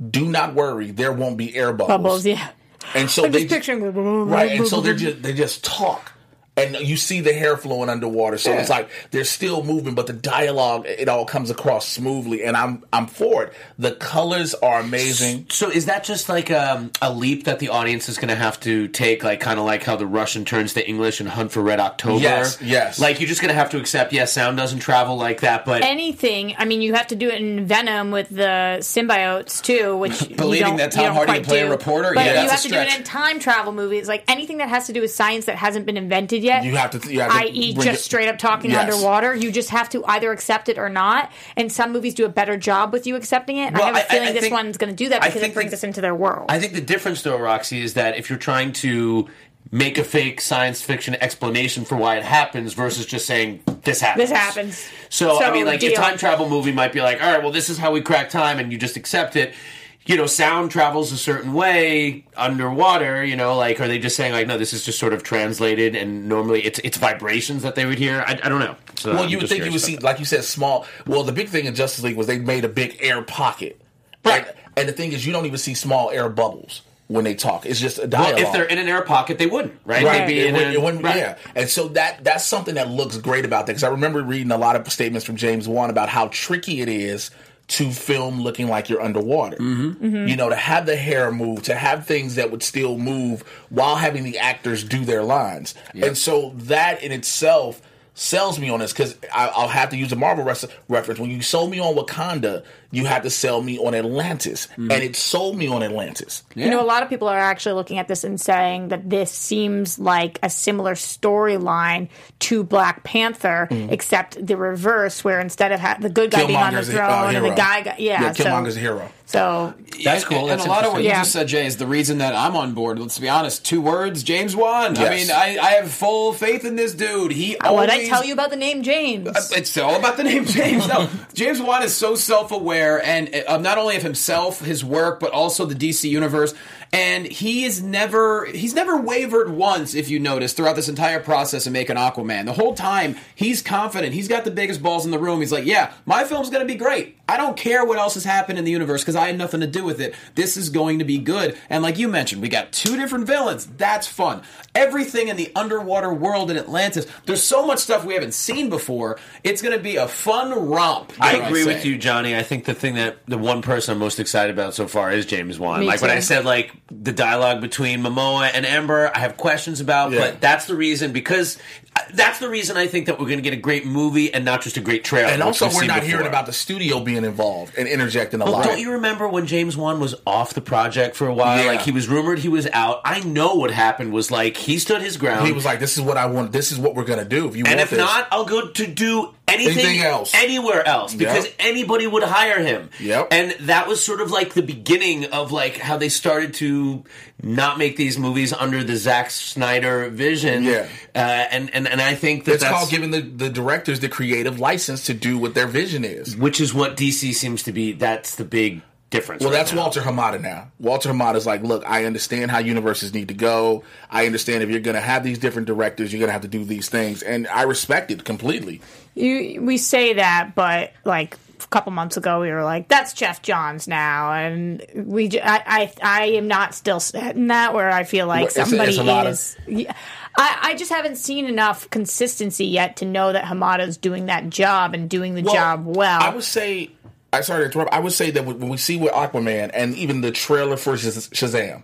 [SPEAKER 7] "Do not worry, there won't be air bubbles."
[SPEAKER 5] Bubbles, yeah.
[SPEAKER 7] And so
[SPEAKER 5] I'm
[SPEAKER 7] they
[SPEAKER 5] just picturing-
[SPEAKER 7] right, and so they're just they just talk, and you see the hair flowing underwater. So it's
[SPEAKER 2] Yeah.
[SPEAKER 7] like they're still moving, but the dialogue it all comes across smoothly, and I'm I'm for it. The colors are amazing.
[SPEAKER 6] So is that just like um, a leap that the audience is going to have to take, like kind of like how the Russian turns to English and Hunt for Red October?
[SPEAKER 7] Yes, yes.
[SPEAKER 6] Like you're just going to have to accept, yes, sound doesn't travel like that, but
[SPEAKER 5] Anything. I mean, you have to do it in Venom with the symbiotes too, which you
[SPEAKER 2] Believing
[SPEAKER 5] don't-
[SPEAKER 2] that Tom
[SPEAKER 5] you don't
[SPEAKER 2] Hardy
[SPEAKER 5] quite
[SPEAKER 2] can play a
[SPEAKER 5] do.
[SPEAKER 2] reporter?
[SPEAKER 5] But
[SPEAKER 2] Yeah, that's
[SPEAKER 5] you
[SPEAKER 2] a
[SPEAKER 5] have to do it
[SPEAKER 2] stretch.
[SPEAKER 5] in time travel movies, like anything that has to do with science that hasn't been invented yet.
[SPEAKER 7] You have to- you have to
[SPEAKER 5] i.e.,
[SPEAKER 7] bring
[SPEAKER 5] just
[SPEAKER 7] it-
[SPEAKER 5] straight up talking
[SPEAKER 7] Yes.
[SPEAKER 5] underwater. You just have to either accept it or not. And some movies do a better job with you accepting it. And
[SPEAKER 6] Well,
[SPEAKER 5] I have a
[SPEAKER 6] I- I-
[SPEAKER 5] feeling
[SPEAKER 6] I
[SPEAKER 5] this
[SPEAKER 6] think-
[SPEAKER 5] one's going to do that
[SPEAKER 6] I
[SPEAKER 5] because
[SPEAKER 6] think
[SPEAKER 5] it brings
[SPEAKER 6] the-
[SPEAKER 5] us into their world.
[SPEAKER 6] I think the difference, though, Roxy, is that if you're trying to make a fake science fiction explanation for why it happens versus just saying this happens.
[SPEAKER 5] This happens.
[SPEAKER 6] So, I
[SPEAKER 5] So,
[SPEAKER 6] mean, like a
[SPEAKER 5] deal.
[SPEAKER 6] time travel movie might be like, all right, well, this is how we crack time, and you just accept it. You know, sound travels a certain way underwater. You know, like are they just saying like, no, this is just sort of translated, and normally it's it's vibrations that they would hear. I, I don't know. So
[SPEAKER 7] Well,
[SPEAKER 6] I'm
[SPEAKER 7] you would
[SPEAKER 6] Uh, just
[SPEAKER 7] think you would
[SPEAKER 6] curious
[SPEAKER 7] see,
[SPEAKER 6] about
[SPEAKER 7] like you said, small. Well, the big thing in Justice League was they made a big air pocket,
[SPEAKER 6] Right.
[SPEAKER 7] And, and the thing is, you don't even see small air bubbles when they talk. It's just a
[SPEAKER 6] that.
[SPEAKER 7] dialogue.
[SPEAKER 6] Well, if they're in an air pocket, they wouldn't, right? They'd be
[SPEAKER 7] It
[SPEAKER 6] in
[SPEAKER 7] wouldn't-
[SPEAKER 6] a-
[SPEAKER 7] it wouldn't-
[SPEAKER 6] right.
[SPEAKER 7] Yeah, and so that that's something that looks great about that because I remember reading a lot of statements from James Wan about how tricky it is to film looking like you're underwater.
[SPEAKER 6] Mm-hmm.
[SPEAKER 7] You know, to have the hair move, to have things that would still move while having the actors do their lines, and so that in itself. Sells me on this because I'll have to use a Marvel res- reference. When you sold me on Wakanda, you had to sell me on Atlantis,
[SPEAKER 6] Mm-hmm.
[SPEAKER 7] and it sold me on Atlantis.
[SPEAKER 5] You know, a lot of people are actually looking at this and saying that this seems like a similar storyline to Black Panther, except the reverse, where instead of ha- the good guy being on the
[SPEAKER 7] Mm-hmm. Killmonger's a, uh,
[SPEAKER 5] throne and the
[SPEAKER 7] hero.
[SPEAKER 5] guy, got, yeah,
[SPEAKER 7] Yeah,
[SPEAKER 5] so-
[SPEAKER 7] Killmonger's a hero.
[SPEAKER 5] So
[SPEAKER 6] That's
[SPEAKER 2] And-
[SPEAKER 6] cool.
[SPEAKER 2] And,
[SPEAKER 6] That's
[SPEAKER 2] a lot of what you
[SPEAKER 5] interesting.
[SPEAKER 2] just said, Jay, is the reason that I'm on board. Let's be honest. Two words, James Wan. I
[SPEAKER 7] Yes.
[SPEAKER 2] mean, I, I have full faith in this dude. He
[SPEAKER 5] what I
[SPEAKER 2] always-
[SPEAKER 5] tell you about the name James?
[SPEAKER 2] It's all about the name James. No, James Wan is so self-aware, and uh, not only of himself, his work, but also the DC universe. And he is never he's never wavered once, if you notice, throughout this entire process of making Aquaman. The whole time he's confident. He's got the biggest balls in the room. He's like, "Yeah, my film's going to be great. I don't care what else has happened in the universe because because I had nothing to do with it. This is going to be good. And like you mentioned, we got two different villains. That's fun. Everything in the underwater world in Atlantis. There's so much stuff we haven't seen before. It's going to be a fun romp.
[SPEAKER 6] I
[SPEAKER 2] dare
[SPEAKER 6] agree
[SPEAKER 2] say.
[SPEAKER 6] with you, Johnny. I think the thing that the one person I'm most excited about so far is James Wan.
[SPEAKER 5] Me
[SPEAKER 6] like when
[SPEAKER 5] too.
[SPEAKER 6] I said like the dialogue between Momoa and Ember, I have questions about,
[SPEAKER 7] Yeah.
[SPEAKER 6] but that's the reason because uh, that's the reason I think that we're going to get a great movie and not just a great trailer.
[SPEAKER 7] And
[SPEAKER 6] which
[SPEAKER 7] also,
[SPEAKER 6] we've
[SPEAKER 7] we're
[SPEAKER 6] seen
[SPEAKER 7] not
[SPEAKER 6] before.
[SPEAKER 7] hearing about the studio being involved and interjecting a
[SPEAKER 6] Well,
[SPEAKER 7] lot.
[SPEAKER 6] don't you remember when James Wan was off the project for a while?
[SPEAKER 7] Yeah.
[SPEAKER 6] Like he was rumored he was out. I know what happened was like he stood his ground.
[SPEAKER 7] he was like, "This is what I want. This is what we're gonna do." If you
[SPEAKER 6] and
[SPEAKER 7] want
[SPEAKER 6] if
[SPEAKER 7] this.
[SPEAKER 6] not, I'll go to do anything,
[SPEAKER 7] Anything else.
[SPEAKER 6] anywhere else, because
[SPEAKER 7] Yep.
[SPEAKER 6] anybody would hire him.
[SPEAKER 7] Yep.
[SPEAKER 6] And that was sort of like the beginning of like how they started to not make these movies under the Zack Snyder vision.
[SPEAKER 7] Yeah.
[SPEAKER 6] Uh, and, and and I think that
[SPEAKER 7] it's
[SPEAKER 6] that's
[SPEAKER 7] called giving the, the directors the creative license to do what their vision is.
[SPEAKER 6] which is what DC seems to be. That's the big difference.
[SPEAKER 7] Well,
[SPEAKER 6] right
[SPEAKER 7] that's
[SPEAKER 6] now.
[SPEAKER 7] Walter Hamada now. Walter Hamada's like, look, I understand how universes need to go. I understand if you're going to have these different directors, you're going to have to do these things, and I respect it completely.
[SPEAKER 5] You, we say that, but like a couple months ago, we were like, "That's Jeff Johns now," and we. j- I, I, I am not still set in that where I feel like
[SPEAKER 7] It's a- it's
[SPEAKER 5] somebody
[SPEAKER 7] a lot of-
[SPEAKER 5] is. Yeah. I, I just haven't seen enough consistency yet to know that Hamada's doing that job and doing the job well.
[SPEAKER 7] I would say, I sorry to interrupt. I would say that when we see with Aquaman and even the trailer for Shaz- Shazam,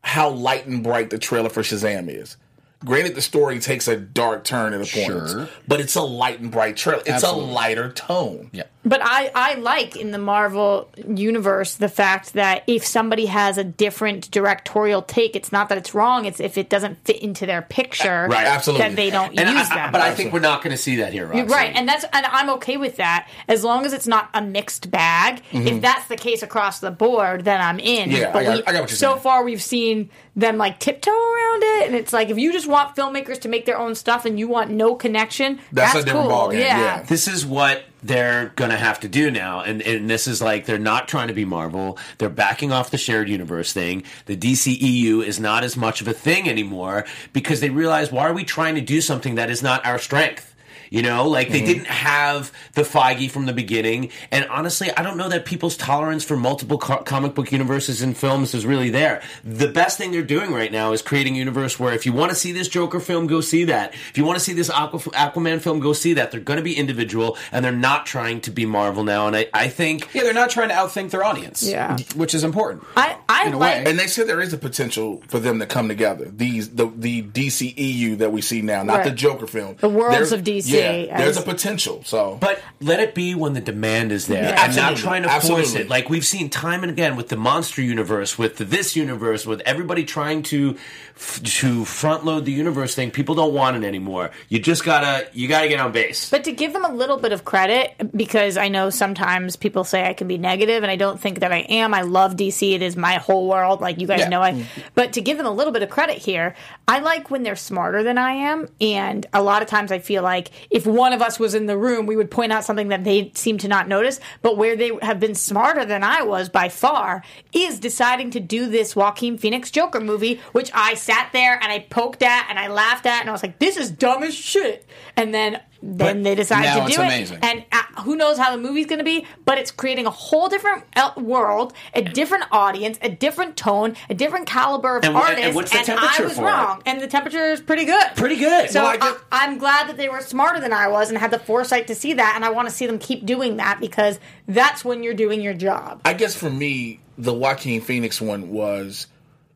[SPEAKER 7] how light and bright the trailer for Shazam is. Granted, the story takes a dark turn at a point,
[SPEAKER 2] Sure.
[SPEAKER 7] but it's a light and bright trailer. It's a lighter tone.
[SPEAKER 2] Yeah.
[SPEAKER 5] But I, I like in the Marvel universe the fact that if somebody has a different directorial take, it's not that it's wrong. It's if it doesn't fit into their picture,
[SPEAKER 7] Right, absolutely.
[SPEAKER 5] that they don't
[SPEAKER 6] And I-
[SPEAKER 5] use
[SPEAKER 6] I-
[SPEAKER 5] them.
[SPEAKER 6] but I think we're not going to see that here, Roxy.
[SPEAKER 5] right, and that's and I'm okay with that as long as it's not a mixed bag. If that's the case across the board, then I'm in.
[SPEAKER 7] Mm-hmm. Yeah, I got-
[SPEAKER 5] we-
[SPEAKER 7] I got what you're
[SPEAKER 5] so
[SPEAKER 7] saying.
[SPEAKER 5] far we've seen them like tiptoe around it, and it's like if you just want filmmakers to make their own stuff and you want no connection,
[SPEAKER 7] That's
[SPEAKER 5] that's,
[SPEAKER 7] a different
[SPEAKER 5] cool.
[SPEAKER 7] ballgame, yeah.
[SPEAKER 6] this is what they're gonna have to do now and, and this is like they're not trying to be marvel they're backing off the shared universe thing the dceu is not as much of a thing anymore because they realize why are we trying to do something that is not our strength you know, like
[SPEAKER 5] Mm-hmm.
[SPEAKER 6] they didn't have the Feige from the beginning, and honestly, I don't know that people's tolerance for multiple co- comic book universes and films is really there. The best thing they're doing right now is creating a universe where if you want to see this Joker film, go see that. If you want to see this Aqua- Aquaman film, go see that. They're going to be individual, and they're not trying to be Marvel now. And I, I think
[SPEAKER 2] Yeah, they're not trying to outthink their audience.
[SPEAKER 5] Yeah.
[SPEAKER 2] Which is important.
[SPEAKER 5] I I
[SPEAKER 2] In a
[SPEAKER 5] like
[SPEAKER 2] way.
[SPEAKER 7] And they said there is a potential for them to come together. These the the DCEU that we see now, not the
[SPEAKER 5] Right.
[SPEAKER 7] Joker film.
[SPEAKER 5] The worlds of DC
[SPEAKER 7] Yeah, there's
[SPEAKER 5] as-
[SPEAKER 7] a potential. So
[SPEAKER 6] But let it be when the demand is there.
[SPEAKER 5] Yeah.
[SPEAKER 6] I'm not
[SPEAKER 7] Absolutely.
[SPEAKER 6] trying to force
[SPEAKER 7] Absolutely.
[SPEAKER 6] it. Like we've seen time and again with the monster universe, with the, this universe, with everybody trying to f- to front load the universe thing. People don't want it anymore. You just gotta you gotta get on base.
[SPEAKER 5] But to give them a little bit of credit, because I know sometimes people say I can be negative, and I don't think that I am. I love DC; it is my whole world. Like you guys know, I.
[SPEAKER 2] Mm-hmm.
[SPEAKER 5] But to give them a little bit of credit here, I like when they're smarter than I am, and a lot of times I feel like if one of us was in the room, we would point out something that they seem to not notice. But where they have been smarter than I was by far is deciding to do this Joaquin Phoenix Joker movie, which I sat there and I poked at and I laughed at, and I was like, "This is dumb as shit," and then then they decide
[SPEAKER 2] now
[SPEAKER 5] to
[SPEAKER 2] it's
[SPEAKER 5] do it.
[SPEAKER 2] amazing.
[SPEAKER 5] And uh, who knows how the movie's going to be, but it's creating a whole different el- world, a different audience, a different tone, a different caliber of
[SPEAKER 6] And what- and
[SPEAKER 5] artists.
[SPEAKER 6] what's the temperature
[SPEAKER 5] I was
[SPEAKER 6] for it?
[SPEAKER 5] wrong. And the temperature is pretty good.
[SPEAKER 6] Pretty good.
[SPEAKER 5] So
[SPEAKER 6] Well, I
[SPEAKER 5] I
[SPEAKER 6] get-
[SPEAKER 5] I, am glad that they were smarter than I was and had the foresight to see that. And I want to see them keep doing that because that's when you're doing your job.
[SPEAKER 7] I guess for me, the Joaquin Phoenix one was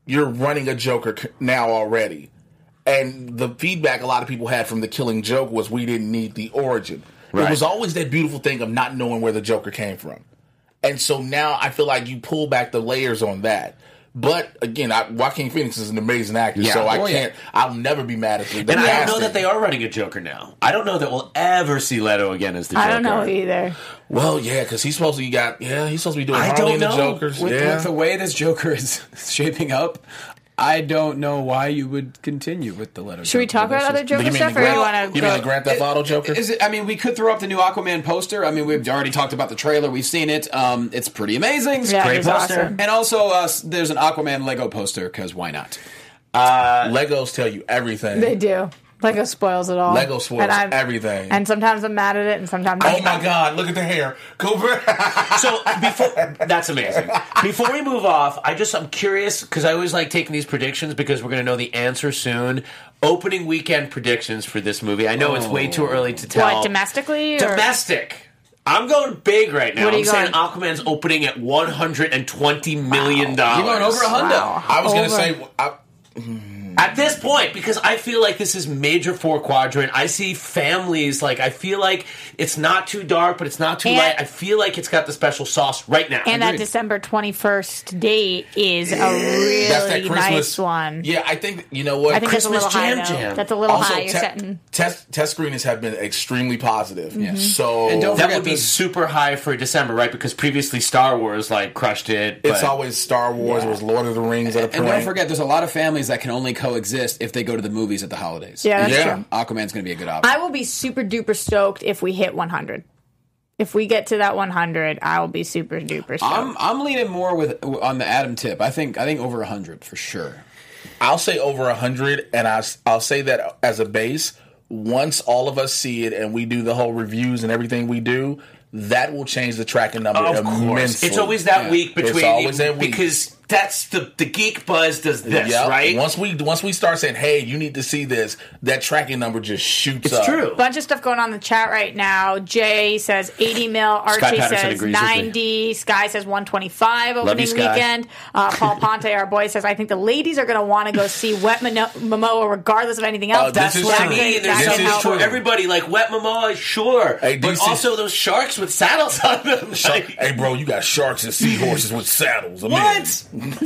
[SPEAKER 7] you're running a Joker c- now already, and the feedback a lot of people had from the Killing Joke was we didn't need the origin. It
[SPEAKER 6] Right.
[SPEAKER 7] was always that beautiful thing of not knowing where the Joker came from, and so now I feel like you pull back the layers on that. But again, I, Joaquin Phoenix is an amazing actor, so I
[SPEAKER 2] Oh, yeah.
[SPEAKER 7] can't. I'll never be mad at the
[SPEAKER 6] and I don't know that they are running a Joker now. I don't know that we'll ever see Leto again as the Joker.
[SPEAKER 5] I don't know either.
[SPEAKER 7] Well, yeah, because he's supposed to. You got yeah, he's supposed to be doing
[SPEAKER 6] I
[SPEAKER 7] Harley
[SPEAKER 6] don't
[SPEAKER 7] and the
[SPEAKER 6] know.
[SPEAKER 7] Joker's.
[SPEAKER 2] With,
[SPEAKER 7] yeah.
[SPEAKER 2] with the way this Joker is shaping up, I don't know why you would continue with the letter.
[SPEAKER 5] Should we talk about other Joker
[SPEAKER 7] mean the
[SPEAKER 5] stuff or
[SPEAKER 7] Grand-
[SPEAKER 5] you want to
[SPEAKER 7] you mean the Grand Theft Auto Joker?
[SPEAKER 2] Is it, I mean, we could throw up the new Aquaman poster. I mean, we've already talked about the trailer. We've seen it. Um, it's pretty amazing.
[SPEAKER 5] Yeah,
[SPEAKER 6] Great
[SPEAKER 5] it is
[SPEAKER 6] poster.
[SPEAKER 5] awesome.
[SPEAKER 2] And also, uh, s- there's an Aquaman Lego poster because why not?
[SPEAKER 7] Legos tell you everything.
[SPEAKER 5] They do. Lego spoils it all.
[SPEAKER 7] Lego spoils
[SPEAKER 5] And I'm-
[SPEAKER 7] everything.
[SPEAKER 5] And sometimes I'm mad at it, and sometimes
[SPEAKER 7] Oh
[SPEAKER 5] I'm
[SPEAKER 7] my God! Look at the hair. Go back.
[SPEAKER 6] So before that's amazing. Before we move off, I just I'm curious because I always like taking these predictions because we're gonna know the answer soon. Opening weekend predictions for this movie. I know it's way too early to tell.
[SPEAKER 5] What domestically? Or?
[SPEAKER 6] Domestic. I'm going big right now.
[SPEAKER 5] What are
[SPEAKER 6] I'm
[SPEAKER 5] you
[SPEAKER 6] saying Aquaman's opening at 120 million dollars.
[SPEAKER 2] You're going over a hundo.
[SPEAKER 7] I was gonna
[SPEAKER 5] Over.
[SPEAKER 7] say. I,
[SPEAKER 6] At this point, because I feel like this is major four quadrant, I see families like I feel like it's not too dark, but it's not too
[SPEAKER 5] And-
[SPEAKER 6] light. I feel like it's got the special sauce right now.
[SPEAKER 5] And that December 21st date is a really
[SPEAKER 7] that's that Christmas
[SPEAKER 5] nice one.
[SPEAKER 7] Yeah, I think you know what.
[SPEAKER 5] I think
[SPEAKER 6] Christmas
[SPEAKER 5] that's a little
[SPEAKER 6] jam
[SPEAKER 5] high. though.
[SPEAKER 6] jam.
[SPEAKER 5] That's a little
[SPEAKER 7] also,
[SPEAKER 5] high. You're
[SPEAKER 7] te-
[SPEAKER 5] setting. Mm-hmm.
[SPEAKER 7] test test screenings have been extremely positive. So
[SPEAKER 2] And don't
[SPEAKER 6] that
[SPEAKER 2] forget
[SPEAKER 6] would be
[SPEAKER 2] this-
[SPEAKER 6] super high for December, right? Because previously Star Wars like crushed it.
[SPEAKER 7] it's
[SPEAKER 6] but-
[SPEAKER 7] always Star Wars. It was Lord of the Rings at a
[SPEAKER 2] And
[SPEAKER 7] point.
[SPEAKER 2] don't forget, there's a lot of families that can only coexist if they go to the movies at the holidays.
[SPEAKER 5] Yeah, that's
[SPEAKER 7] Yeah.
[SPEAKER 5] true.
[SPEAKER 2] Aquaman's going to be a good option.
[SPEAKER 5] I will be super duper stoked if we hit 100. If we get to that 100, I will be super duper stoked.
[SPEAKER 2] I'm I'm leaning more with on the Adam tip. I think I think over hundred for sure.
[SPEAKER 7] I'll say over hundred, and I will say that as a base. Once all of us see it and we do the whole reviews and everything we do, that will change the tracking number
[SPEAKER 6] Of
[SPEAKER 7] immensely.
[SPEAKER 6] course, it's always that
[SPEAKER 2] Yeah.
[SPEAKER 6] week between
[SPEAKER 7] It's always
[SPEAKER 6] the-
[SPEAKER 7] that week.
[SPEAKER 6] because that's the the geek buzz does this
[SPEAKER 7] Yep.
[SPEAKER 6] right.
[SPEAKER 7] Once we once we start saying, "Hey, you need to see this," that tracking number just shoots
[SPEAKER 6] it's
[SPEAKER 7] up.
[SPEAKER 6] true.
[SPEAKER 5] bunch of stuff going on in the chat right now. Jay says 80 mil. Archie
[SPEAKER 6] Patterson
[SPEAKER 5] says
[SPEAKER 6] agrees with me.
[SPEAKER 5] 90. Sky says 125 opening
[SPEAKER 6] Sky.
[SPEAKER 5] weekend. Uh, Paul Ponte, our boy, says I think the ladies are going to want to go see Wet Mono- Momoa regardless of anything else.
[SPEAKER 7] Oh, this
[SPEAKER 6] That's
[SPEAKER 7] is
[SPEAKER 6] what I
[SPEAKER 7] true.
[SPEAKER 6] mean. There's
[SPEAKER 7] This
[SPEAKER 5] can
[SPEAKER 6] something
[SPEAKER 7] is
[SPEAKER 5] help.
[SPEAKER 6] for
[SPEAKER 7] true.
[SPEAKER 6] everybody, like wet mama, sure,
[SPEAKER 7] Hey,
[SPEAKER 6] but
[SPEAKER 7] DC
[SPEAKER 6] also those sharks with saddles on them.
[SPEAKER 7] Shark-
[SPEAKER 6] like-
[SPEAKER 7] hey, bro, you got sharks and seahorses with saddles. I mean,
[SPEAKER 6] what?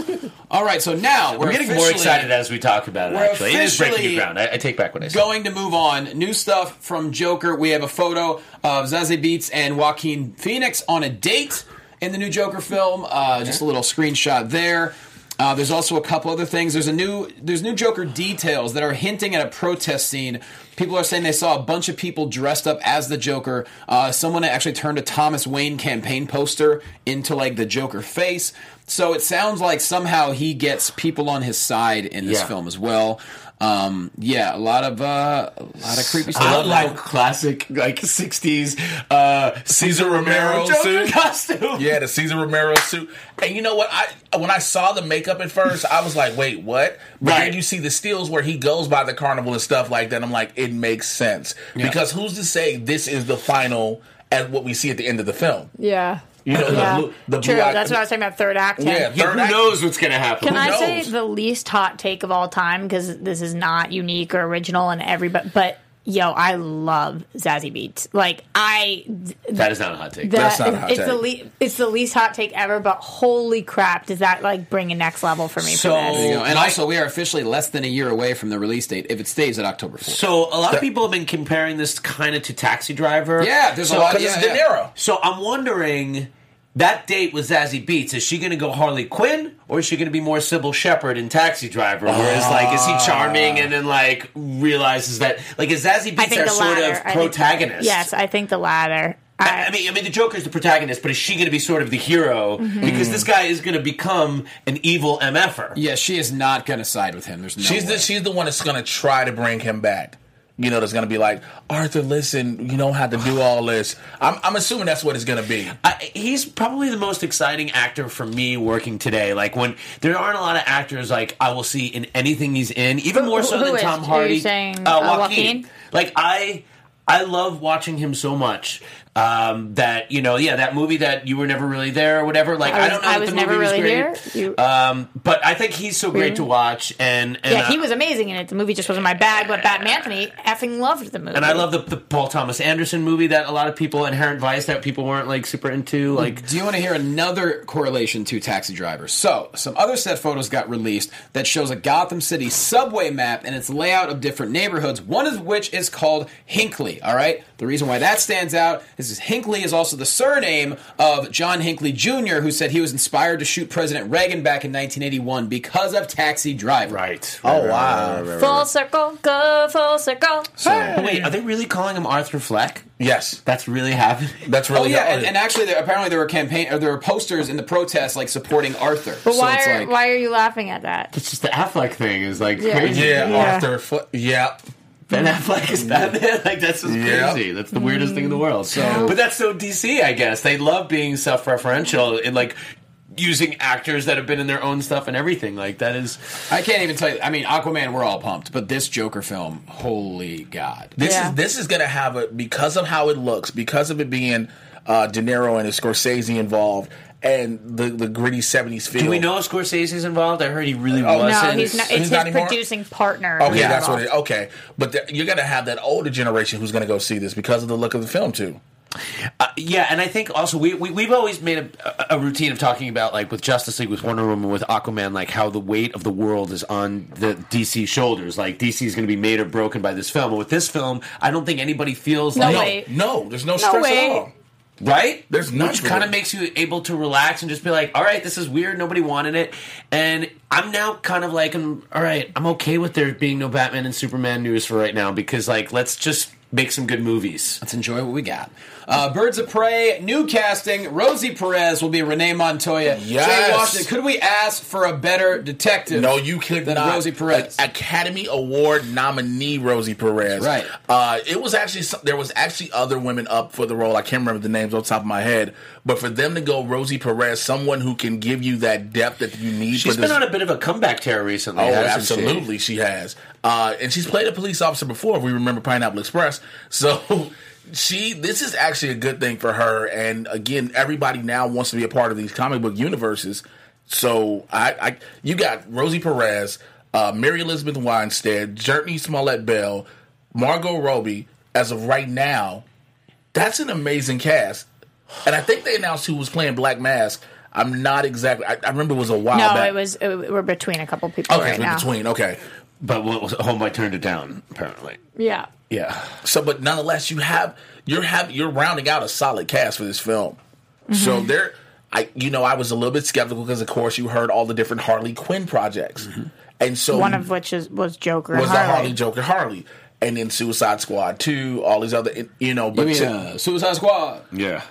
[SPEAKER 2] All right, so now we're
[SPEAKER 6] I'm getting more
[SPEAKER 2] officially
[SPEAKER 6] excited as we talk about it.
[SPEAKER 2] we're
[SPEAKER 6] Actually, it is breaking new
[SPEAKER 2] officially
[SPEAKER 6] ground. I, I take back what I said.
[SPEAKER 2] Going to move on. New stuff from Joker. We have a photo of Zazie Beats and Joaquin Phoenix on a date in the new Joker film. Uh, just a little screenshot there. Uh, there's also a couple other things. There's a new there's new Joker details that are hinting at a protest scene. People are saying they saw a bunch of people dressed up as the Joker. Uh, someone actually turned a Thomas Wayne campaign poster into like the Joker face. So it sounds like somehow he gets people on his side in this
[SPEAKER 6] Yeah.
[SPEAKER 2] film as well. Um, yeah, a lot of uh, a lot of creepy stuff.
[SPEAKER 6] I love like classic like '60s uh,
[SPEAKER 7] Caesar Romero
[SPEAKER 6] Joker
[SPEAKER 7] suit.
[SPEAKER 6] costume.
[SPEAKER 7] Yeah, the Caesar Romero suit. And you know what? I when I saw the makeup at first, I was like, "Wait, what?" But
[SPEAKER 6] Right.
[SPEAKER 7] then you see the stills where he goes by the carnival and stuff like that. I'm like, it makes sense because who's to say this is the final and what we see at the end of the film?
[SPEAKER 5] Yeah.
[SPEAKER 7] You know,
[SPEAKER 5] Yeah.
[SPEAKER 7] the, blue- the
[SPEAKER 5] True.
[SPEAKER 7] blue eye-
[SPEAKER 5] That's what I was talking about. Third act. him.
[SPEAKER 7] Yeah,
[SPEAKER 6] Yeah,
[SPEAKER 7] third
[SPEAKER 6] who
[SPEAKER 7] act-
[SPEAKER 6] knows what's going to happen?
[SPEAKER 5] Can I
[SPEAKER 7] knows?
[SPEAKER 5] say the least hot take of all time because this is not unique or original and everybody, but yo, I love Zazie Beats. Like I, th-
[SPEAKER 6] that is not a hot take.
[SPEAKER 7] That's
[SPEAKER 5] that-
[SPEAKER 7] not a hot
[SPEAKER 5] it's
[SPEAKER 7] take.
[SPEAKER 5] the le- it's the least hot take ever. But holy crap, does that like bring a next level for me?
[SPEAKER 6] So-
[SPEAKER 5] for
[SPEAKER 2] There you
[SPEAKER 5] this?
[SPEAKER 2] go. And also, we are officially less than a year away from the release date if it stays at October 4th.
[SPEAKER 6] So a lot of people have been comparing this kind of to Taxi Driver.
[SPEAKER 2] yeah, there's
[SPEAKER 6] So-
[SPEAKER 2] a
[SPEAKER 6] uh,
[SPEAKER 2] lot.
[SPEAKER 7] because
[SPEAKER 2] Yeah,
[SPEAKER 7] it's De
[SPEAKER 2] yeah.
[SPEAKER 7] Niro.
[SPEAKER 6] So I'm wondering that date with Zazie Beats, is she going to go Harley Quinn or is she going to be more Sybil Shepherd in Taxi Driver? Whereas, like, is he
[SPEAKER 2] Ah.
[SPEAKER 6] charming and then, like, realizes that, like, is Zazie
[SPEAKER 5] I
[SPEAKER 6] Beats
[SPEAKER 5] think
[SPEAKER 6] our
[SPEAKER 5] the
[SPEAKER 6] sort
[SPEAKER 5] latter.
[SPEAKER 6] of
[SPEAKER 5] I think-
[SPEAKER 6] protagonist?
[SPEAKER 5] yes, I think the latter.
[SPEAKER 6] I, I mean, I mean, the Joker's the protagonist, but is she going to be sort of the hero?
[SPEAKER 5] Mm-hmm.
[SPEAKER 6] Because this guy is going to become an evil mf'er.
[SPEAKER 2] Yeah, she is not going to side with him. There's no
[SPEAKER 7] She's
[SPEAKER 2] way.
[SPEAKER 7] the she's the one that's gonna try to bring him back. You know, that's gonna be like Arthur. Listen, you don't have to do all this. I'm, I'm assuming that's what it's gonna be.
[SPEAKER 6] I, he's probably the most exciting actor for me working today. Like when there aren't a lot of actors like I will see in anything he's in, even more so
[SPEAKER 5] who
[SPEAKER 6] than
[SPEAKER 5] is-
[SPEAKER 6] Tom
[SPEAKER 5] who
[SPEAKER 6] Hardy.
[SPEAKER 5] you saying,
[SPEAKER 6] uh,
[SPEAKER 5] uh,
[SPEAKER 6] Joaquin.
[SPEAKER 5] Joaquin?
[SPEAKER 6] Like I, I love watching him so much. Um, that you know, yeah, that movie that you were never really there or whatever. Like I,
[SPEAKER 5] was,
[SPEAKER 6] don't know, that
[SPEAKER 5] was
[SPEAKER 6] the
[SPEAKER 5] never
[SPEAKER 6] movie
[SPEAKER 5] really
[SPEAKER 6] was great, Um,
[SPEAKER 5] here. You-
[SPEAKER 6] but I think he's so great to watch. And, and uh,
[SPEAKER 5] yeah, he
[SPEAKER 6] I-
[SPEAKER 5] was amazing in it. The movie just wasn't my bag, but Batman Anthony effing loved the movie.
[SPEAKER 6] And I love the, the Paul Thomas Anderson movie that a lot of people, Inherent Vice, that people weren't like super into. Like
[SPEAKER 2] Do you want to hear another correlation to Taxi Driver? So, some other set photos got released that shows a Gotham City subway map and its layout of different neighborhoods, one of which is called Hinkley, all right? The reason why that stands out is because Hinkley is also the surname of John Hinkley Jr., who said he was inspired to shoot President Reagan back in 1981 because of Taxi Driver.
[SPEAKER 6] right.
[SPEAKER 7] Oh wow!
[SPEAKER 5] full circle, go full circle.
[SPEAKER 6] Oh, wait, are they really calling him Arthur Fleck?
[SPEAKER 7] Yes,
[SPEAKER 6] That's really happening.
[SPEAKER 7] that's really.
[SPEAKER 2] Oh yeah,
[SPEAKER 7] how it
[SPEAKER 2] and,
[SPEAKER 7] is.
[SPEAKER 2] and actually, there, apparently there were campaign or there were posters in the protest like supporting Arthur.
[SPEAKER 5] But why
[SPEAKER 2] it's
[SPEAKER 5] are
[SPEAKER 2] like,
[SPEAKER 5] why are you laughing at that?
[SPEAKER 6] It's just the Affleck thing is like
[SPEAKER 5] Yeah.
[SPEAKER 6] crazy.
[SPEAKER 7] yeah,
[SPEAKER 5] Yeah.
[SPEAKER 7] Arthur. Fle- yeah,
[SPEAKER 6] Ben Affleck is Batman. Like that's just
[SPEAKER 7] Yep.
[SPEAKER 6] crazy. That's the weirdest thing in the world.
[SPEAKER 5] Mm.
[SPEAKER 6] So, but that's so DC, I guess. They love being self-referential and like using actors that have been in their own stuff and everything. Like that is
[SPEAKER 2] I can't even tell you. I mean, Aquaman, we're all pumped, but this Joker film, holy God.
[SPEAKER 7] This
[SPEAKER 5] Yeah.
[SPEAKER 7] is this is gonna have a because of how it looks, because of it being uh, De Niro and Scorsese involved, and the the gritty seventies feel.
[SPEAKER 6] Do we know if Scorsese's involved? I heard he really
[SPEAKER 5] No,
[SPEAKER 7] Oh,
[SPEAKER 6] wasn't.
[SPEAKER 5] he's not. It's
[SPEAKER 7] He's
[SPEAKER 5] his
[SPEAKER 7] not anymore?
[SPEAKER 5] producing partner.
[SPEAKER 7] Okay,
[SPEAKER 5] who's
[SPEAKER 7] that's what
[SPEAKER 5] involved.
[SPEAKER 7] it. Okay, but the, you're gonna have that older generation who's gonna go see this because of the look of the film too.
[SPEAKER 6] Yeah, and I think also we, we we've always made a, a routine of talking about like with Justice League, with Wonder Woman, with Aquaman, like how the weight of the world is on the DC shoulders. Like DC is going to be made or broken by this film. And with this film, I don't think anybody feels
[SPEAKER 5] No
[SPEAKER 6] like
[SPEAKER 5] way. Wait.
[SPEAKER 7] Oh, No, there's no, stress
[SPEAKER 5] way.
[SPEAKER 7] at all.
[SPEAKER 6] right.
[SPEAKER 7] There's none
[SPEAKER 6] which
[SPEAKER 7] for
[SPEAKER 6] kind of
[SPEAKER 7] it.
[SPEAKER 6] makes you able to relax and just be like, all right, this is weird. Nobody wanted it, and I'm now kind of like, I'm, all right, I'm okay with there being no Batman and Superman news for right now because like let's just make some good movies.
[SPEAKER 2] Let's enjoy what we got. Uh, Birds of Prey, new casting. Rosie Perez will be Renee Montoya.
[SPEAKER 7] Yes.
[SPEAKER 2] Jay Washington, could we ask for a better detective?
[SPEAKER 7] No, you could
[SPEAKER 2] than
[SPEAKER 7] not.
[SPEAKER 2] Rosie Perez.
[SPEAKER 7] Like, Academy Award nominee Rosie Perez.
[SPEAKER 2] Right.
[SPEAKER 7] Uh, it was actually some, there was actually other women up for the role. I can't remember the names off the top of my head, but for them to go Rosie Perez, someone who can give you that depth that you need.
[SPEAKER 6] She's
[SPEAKER 7] for
[SPEAKER 6] been
[SPEAKER 7] this,
[SPEAKER 6] on a bit of a comeback tear recently.
[SPEAKER 7] Oh,
[SPEAKER 6] hasn't she?
[SPEAKER 7] absolutely, she, has. Uh, and she's played a police officer before. If we remember Pineapple Express, so she this is actually a good thing for her. And again, everybody now wants to be a part of these comic book universes. So I, I you got Rosie Perez, uh, Mary Elizabeth Winstead, Jertney Smollett Bell, Margot Robbie. As of right now, that's an amazing cast. And I think they announced who was playing Black Mask. I'm not exactly. I, I remember it was a while
[SPEAKER 5] No,
[SPEAKER 7] back.
[SPEAKER 5] it was. It, we're between a couple people
[SPEAKER 7] okay.
[SPEAKER 5] right
[SPEAKER 7] in
[SPEAKER 5] now.
[SPEAKER 7] between, okay.
[SPEAKER 6] But what was home? I turned it down. Apparently,
[SPEAKER 5] Yeah.
[SPEAKER 6] yeah.
[SPEAKER 7] So, but nonetheless, you have you're have you're rounding out a solid cast for this film. So
[SPEAKER 5] Mm-hmm.
[SPEAKER 7] there, I you know I was a little bit skeptical because of course you heard all the different Harley Quinn projects, and so
[SPEAKER 5] One of which is was Joker.
[SPEAKER 7] was
[SPEAKER 5] and
[SPEAKER 7] the
[SPEAKER 5] Harley.
[SPEAKER 7] Harley Joker Harley, and then Suicide Squad two, all these other you know, but
[SPEAKER 2] I mean,
[SPEAKER 7] to-
[SPEAKER 2] uh, Suicide Squad.
[SPEAKER 6] Yeah.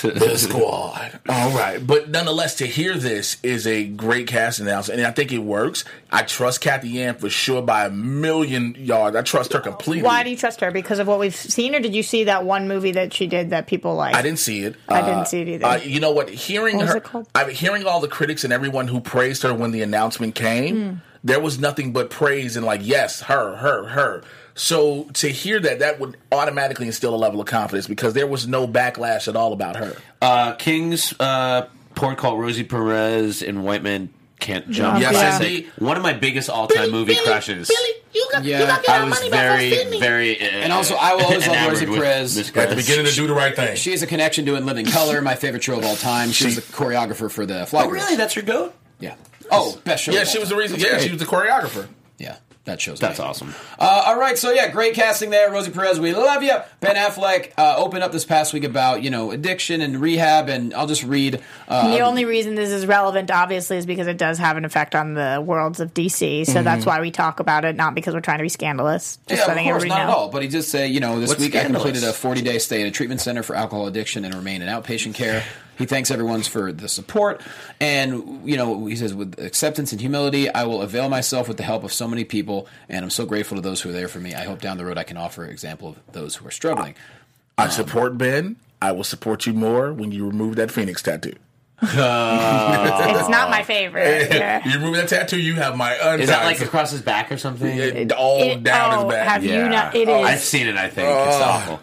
[SPEAKER 7] the squad. All right, but nonetheless, to hear this is a great cast announcement, and I think it works. I trust Kathy Ann for sure by a million yards. I trust her completely.
[SPEAKER 5] Why do you trust her? Because of what we've seen, or did you see that one movie that she did that people like?
[SPEAKER 7] I didn't see it.
[SPEAKER 5] I didn't see it either.
[SPEAKER 7] Uh, you know what? Hearing
[SPEAKER 5] What was
[SPEAKER 7] her,
[SPEAKER 5] it called?
[SPEAKER 7] I'm hearing all the critics and everyone who praised her when the announcement came.
[SPEAKER 5] Hmm.
[SPEAKER 7] There was nothing but praise and like, yes, her, her, her. So to hear that, that would automatically instill a level of confidence because there was no backlash at all about her.
[SPEAKER 6] Uh, King's uh, port call Rosie Perez and White Man can't jump.
[SPEAKER 5] Yes,
[SPEAKER 6] Classic.
[SPEAKER 7] indeed.
[SPEAKER 6] one of my biggest all-time movie crushes.
[SPEAKER 7] you got,
[SPEAKER 2] Yeah. gotta
[SPEAKER 6] I was very, very, uh,
[SPEAKER 2] And also, I will always love
[SPEAKER 6] enamored
[SPEAKER 2] Rosie
[SPEAKER 6] with
[SPEAKER 2] Perez.
[SPEAKER 6] this
[SPEAKER 7] At
[SPEAKER 6] girl.
[SPEAKER 7] the beginning, to do the right thing.
[SPEAKER 2] She has a connection to In Living Color, my favorite show of all time. She was the choreographer for the Fly
[SPEAKER 6] Oh, really? That's your goat?
[SPEAKER 2] Yeah. Oh, best show.
[SPEAKER 7] yeah,
[SPEAKER 2] of all
[SPEAKER 7] she was the
[SPEAKER 2] time.
[SPEAKER 7] reason. Yeah, she was the choreographer.
[SPEAKER 2] Yeah, that shows.
[SPEAKER 6] That's
[SPEAKER 2] amazing.
[SPEAKER 6] awesome.
[SPEAKER 2] Uh, all right, so yeah, great casting there, Rosie Perez. We love you. Ben Affleck uh, opened up this past week about you know addiction and rehab, and I'll just read. Uh,
[SPEAKER 5] the only reason this is relevant, obviously, is because it does have an effect on the worlds of DC. So
[SPEAKER 7] Mm-hmm.
[SPEAKER 5] that's why we talk about it, not because we're trying to be scandalous. Just
[SPEAKER 2] yeah, of
[SPEAKER 5] letting
[SPEAKER 2] course,
[SPEAKER 5] everybody
[SPEAKER 2] not
[SPEAKER 5] know.
[SPEAKER 2] at all. But he did say, you know, this
[SPEAKER 6] What's
[SPEAKER 2] week I completed a
[SPEAKER 6] scandalous?
[SPEAKER 2] 40 day stay at a treatment center for alcohol addiction and remain in outpatient care. He thanks everyone's for the support, and you know, he says with acceptance and humility, I will avail myself with the help of so many people, and I'm so grateful to those who are there for me. I hope down the road I can offer an example of those who are struggling.
[SPEAKER 7] I support Ben. I will support you more when you remove that Phoenix tattoo.
[SPEAKER 5] It's not my favorite. Yeah.
[SPEAKER 7] You remove that tattoo, you have my untied.
[SPEAKER 6] Is that like across his back or something?
[SPEAKER 7] it, all
[SPEAKER 5] It-
[SPEAKER 7] down
[SPEAKER 5] oh,
[SPEAKER 7] his back?
[SPEAKER 5] have you not? It
[SPEAKER 6] Oh,
[SPEAKER 5] is-
[SPEAKER 6] I've seen it. I think it's awful.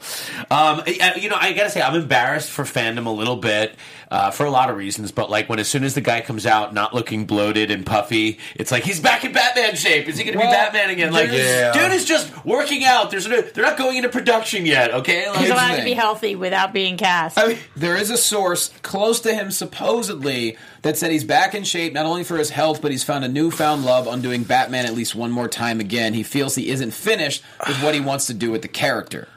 [SPEAKER 6] Um, I- I- you know, I gotta say, I'm embarrassed for fandom a little bit uh, for a lot of reasons. But like, when as soon as the guy comes out, not looking bloated and puffy, it's like he's back in Batman shape. Is he gonna
[SPEAKER 2] Well,
[SPEAKER 6] be Batman again? Like,
[SPEAKER 7] there's-
[SPEAKER 6] dude is just working out. There's no, they're not going into production yet. Okay, like,
[SPEAKER 5] He's allowed to
[SPEAKER 2] thing.
[SPEAKER 5] be healthy without being cast.
[SPEAKER 2] I mean, there is a source close to him, supposedly, that said he's back in shape not only for his health, but he's found a newfound love on doing Batman at least one more time again. He feels he isn't finished with what he wants to do with the character.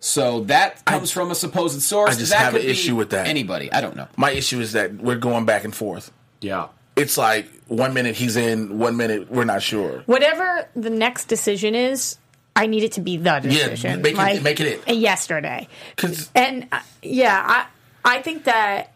[SPEAKER 2] So that comes from a supposed source.
[SPEAKER 7] I just
[SPEAKER 2] That
[SPEAKER 7] have
[SPEAKER 2] could
[SPEAKER 7] an
[SPEAKER 2] be
[SPEAKER 7] issue with that.
[SPEAKER 2] Anybody, I don't know.
[SPEAKER 7] My issue is that we're going back and forth.
[SPEAKER 6] yeah.
[SPEAKER 7] It's like one minute he's in, one minute we're not sure.
[SPEAKER 5] Whatever the next decision is, I need it to be the decision. uh,
[SPEAKER 7] make it- make it it.
[SPEAKER 5] Yesterday.
[SPEAKER 7] 'Cause-
[SPEAKER 5] And uh, yeah, I I think that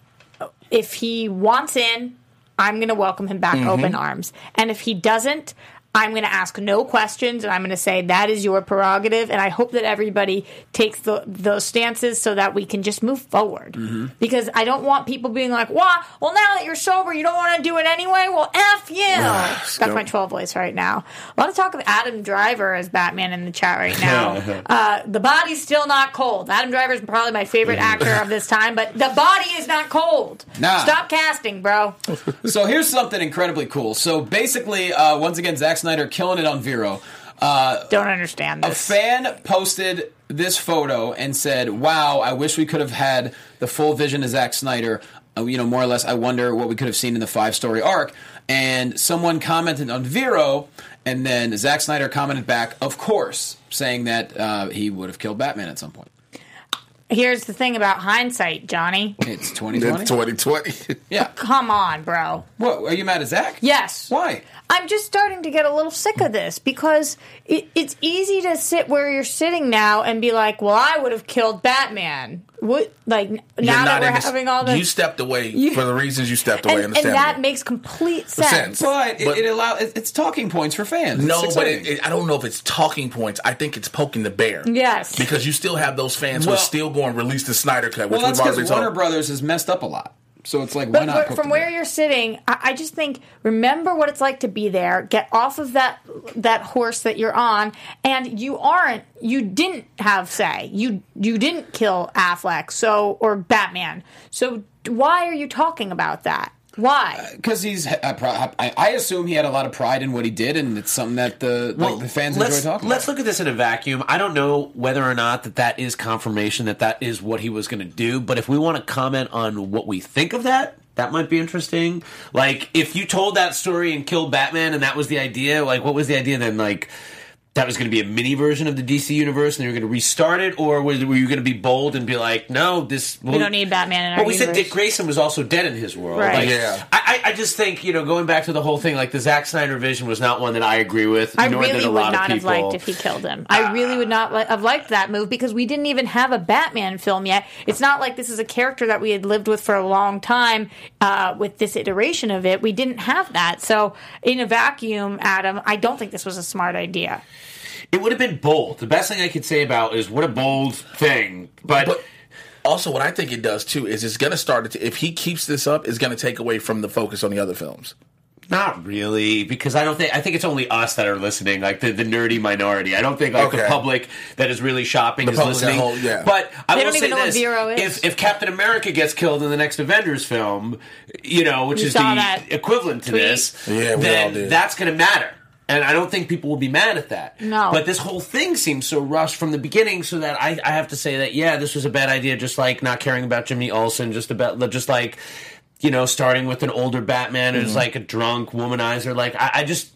[SPEAKER 5] if he wants in, I'm going to welcome him back open arms. And if he doesn't, I'm going to ask no questions, and I'm going to say that is your prerogative. And I hope that everybody takes the, those stances so that we can just move forward. Because I don't want people being like, "Why? Well, now that you're sober, you don't want to do it anyway. Well, f you." That's my 12 voice right now. A lot of talk of Adam Driver as Batman in the chat right now. uh, the body's still not cold. Adam Driver is probably my favorite actor of this time, but the body is not cold.
[SPEAKER 2] Nah.
[SPEAKER 5] Stop casting, bro.
[SPEAKER 2] So here's something incredibly cool. So basically, uh, once again, Zack Snyder killing it on Vero. Uh,
[SPEAKER 5] Don't understand
[SPEAKER 2] a
[SPEAKER 5] this.
[SPEAKER 2] fan posted this photo and said, "Wow, I wish we could have had the full vision of Zack Snyder." Uh, you know, more or less, I wonder what we could have seen in the five-story arc. And someone commented on Vero, and then Zack Snyder commented back, "Of course," saying that uh, he would have killed Batman at some point.
[SPEAKER 5] Here's the thing about hindsight, Johnny.
[SPEAKER 2] It's
[SPEAKER 7] In
[SPEAKER 2] 2020.
[SPEAKER 7] 2020.
[SPEAKER 2] Yeah.
[SPEAKER 5] Come on, bro.
[SPEAKER 2] What? Are you mad at Zack?
[SPEAKER 5] Yes.
[SPEAKER 2] Why?
[SPEAKER 5] I'm just starting to get a little sick of this because it, it's easy to sit where you're sitting now and be like, "Well, I would have killed Batman." What? Like n-
[SPEAKER 7] You're
[SPEAKER 5] now that
[SPEAKER 7] not
[SPEAKER 5] we're
[SPEAKER 7] in this-
[SPEAKER 5] having all this,
[SPEAKER 7] You stepped away for the reasons you stepped away.
[SPEAKER 5] and, and
[SPEAKER 7] understandable.
[SPEAKER 5] that makes complete sense.
[SPEAKER 7] sense.
[SPEAKER 2] But,
[SPEAKER 7] But-
[SPEAKER 2] it, it allow it, it's talking points for fans.
[SPEAKER 7] No,
[SPEAKER 2] It's
[SPEAKER 7] but
[SPEAKER 2] exciting.
[SPEAKER 7] it, it, I don't know if it's talking points. I think it's poking the bear.
[SPEAKER 5] Yes.
[SPEAKER 7] Because you still have those fans who
[SPEAKER 2] Well-
[SPEAKER 7] are still going release the Snyder cut, which
[SPEAKER 2] well, that's
[SPEAKER 7] we've
[SPEAKER 2] because
[SPEAKER 7] already
[SPEAKER 2] Warner
[SPEAKER 7] talked.
[SPEAKER 2] Brothers has messed up a lot. So it's like, why
[SPEAKER 5] But,
[SPEAKER 2] not?
[SPEAKER 5] but
[SPEAKER 2] poke
[SPEAKER 5] from
[SPEAKER 2] the
[SPEAKER 5] where
[SPEAKER 2] bear?
[SPEAKER 5] you're sitting, I, I just think remember what it's like to be there. Get off of that that horse that you're on, and you aren't. You didn't have say. You you didn't kill Affleck, so or Batman. So why are you talking about that? Why?
[SPEAKER 2] because he's I, pro- I I assume he had a lot of pride in what he did and it's something that the like, the fans
[SPEAKER 6] let's,
[SPEAKER 2] enjoy talking
[SPEAKER 6] Let's
[SPEAKER 2] about.
[SPEAKER 6] look at this in a vacuum. I don't know whether or not that that is confirmation that that is what he was going to do, but if we want to comment on what we think of that, that might be interesting. Like if you told that story and killed Batman and that was the idea, like what was the idea then like that was going to be a mini version of the DC universe, and they were going to restart it, or was, were you going to be bold and be like, "No, this we
[SPEAKER 5] don't need Batman in our
[SPEAKER 6] Well, we said
[SPEAKER 5] universe.
[SPEAKER 6] Dick Grayson was also dead in his world.
[SPEAKER 5] Right.
[SPEAKER 6] Like,
[SPEAKER 7] Yeah.
[SPEAKER 6] I, I I just think you know, going back to the whole thing, like the Zack Snyder vision was not one that I agree with.
[SPEAKER 5] I
[SPEAKER 6] nor did
[SPEAKER 5] really
[SPEAKER 6] a
[SPEAKER 5] would
[SPEAKER 6] lot
[SPEAKER 5] not
[SPEAKER 6] of
[SPEAKER 5] have
[SPEAKER 6] people.
[SPEAKER 5] liked if he killed him. I really would not li- have liked that move because we didn't even have a Batman film yet. It's not like this is a character that we had lived with for a long time. Uh, with this iteration of it, we didn't have that. So, in a vacuum, Adam, I don't think this was a smart idea.
[SPEAKER 6] It would have been bold. The best thing I could say about is what a bold thing. But,
[SPEAKER 7] But also, what I think it does too is it's going to start. To, if he keeps this up, it's going to take away from the focus on the other films.
[SPEAKER 6] not really, because I don't think I think it's only us that are listening, like the, the nerdy minority. I don't think like the
[SPEAKER 7] Okay.
[SPEAKER 6] public that is really shopping is
[SPEAKER 7] public at
[SPEAKER 6] listening.
[SPEAKER 7] home, yeah.
[SPEAKER 6] But I
[SPEAKER 5] They
[SPEAKER 6] will
[SPEAKER 5] don't even
[SPEAKER 6] say
[SPEAKER 5] know what
[SPEAKER 6] this:
[SPEAKER 5] Vero is.
[SPEAKER 6] If, if Captain America gets killed in the next Avengers film, you know, which
[SPEAKER 5] You
[SPEAKER 6] is
[SPEAKER 5] saw
[SPEAKER 6] the
[SPEAKER 5] that
[SPEAKER 6] equivalent to
[SPEAKER 5] tweet.
[SPEAKER 6] this,
[SPEAKER 7] Yeah, we
[SPEAKER 6] then
[SPEAKER 7] all did.
[SPEAKER 6] that's going to matter. And I don't think people will be mad at that.
[SPEAKER 5] No.
[SPEAKER 6] But this whole thing seems so rushed from the beginning, so that I, I have to say that yeah, this was a bad idea. Just like not caring about Jimmy Olsen, just about just like you know, starting with an older Batman who's like a drunk womanizer. Like I, I just,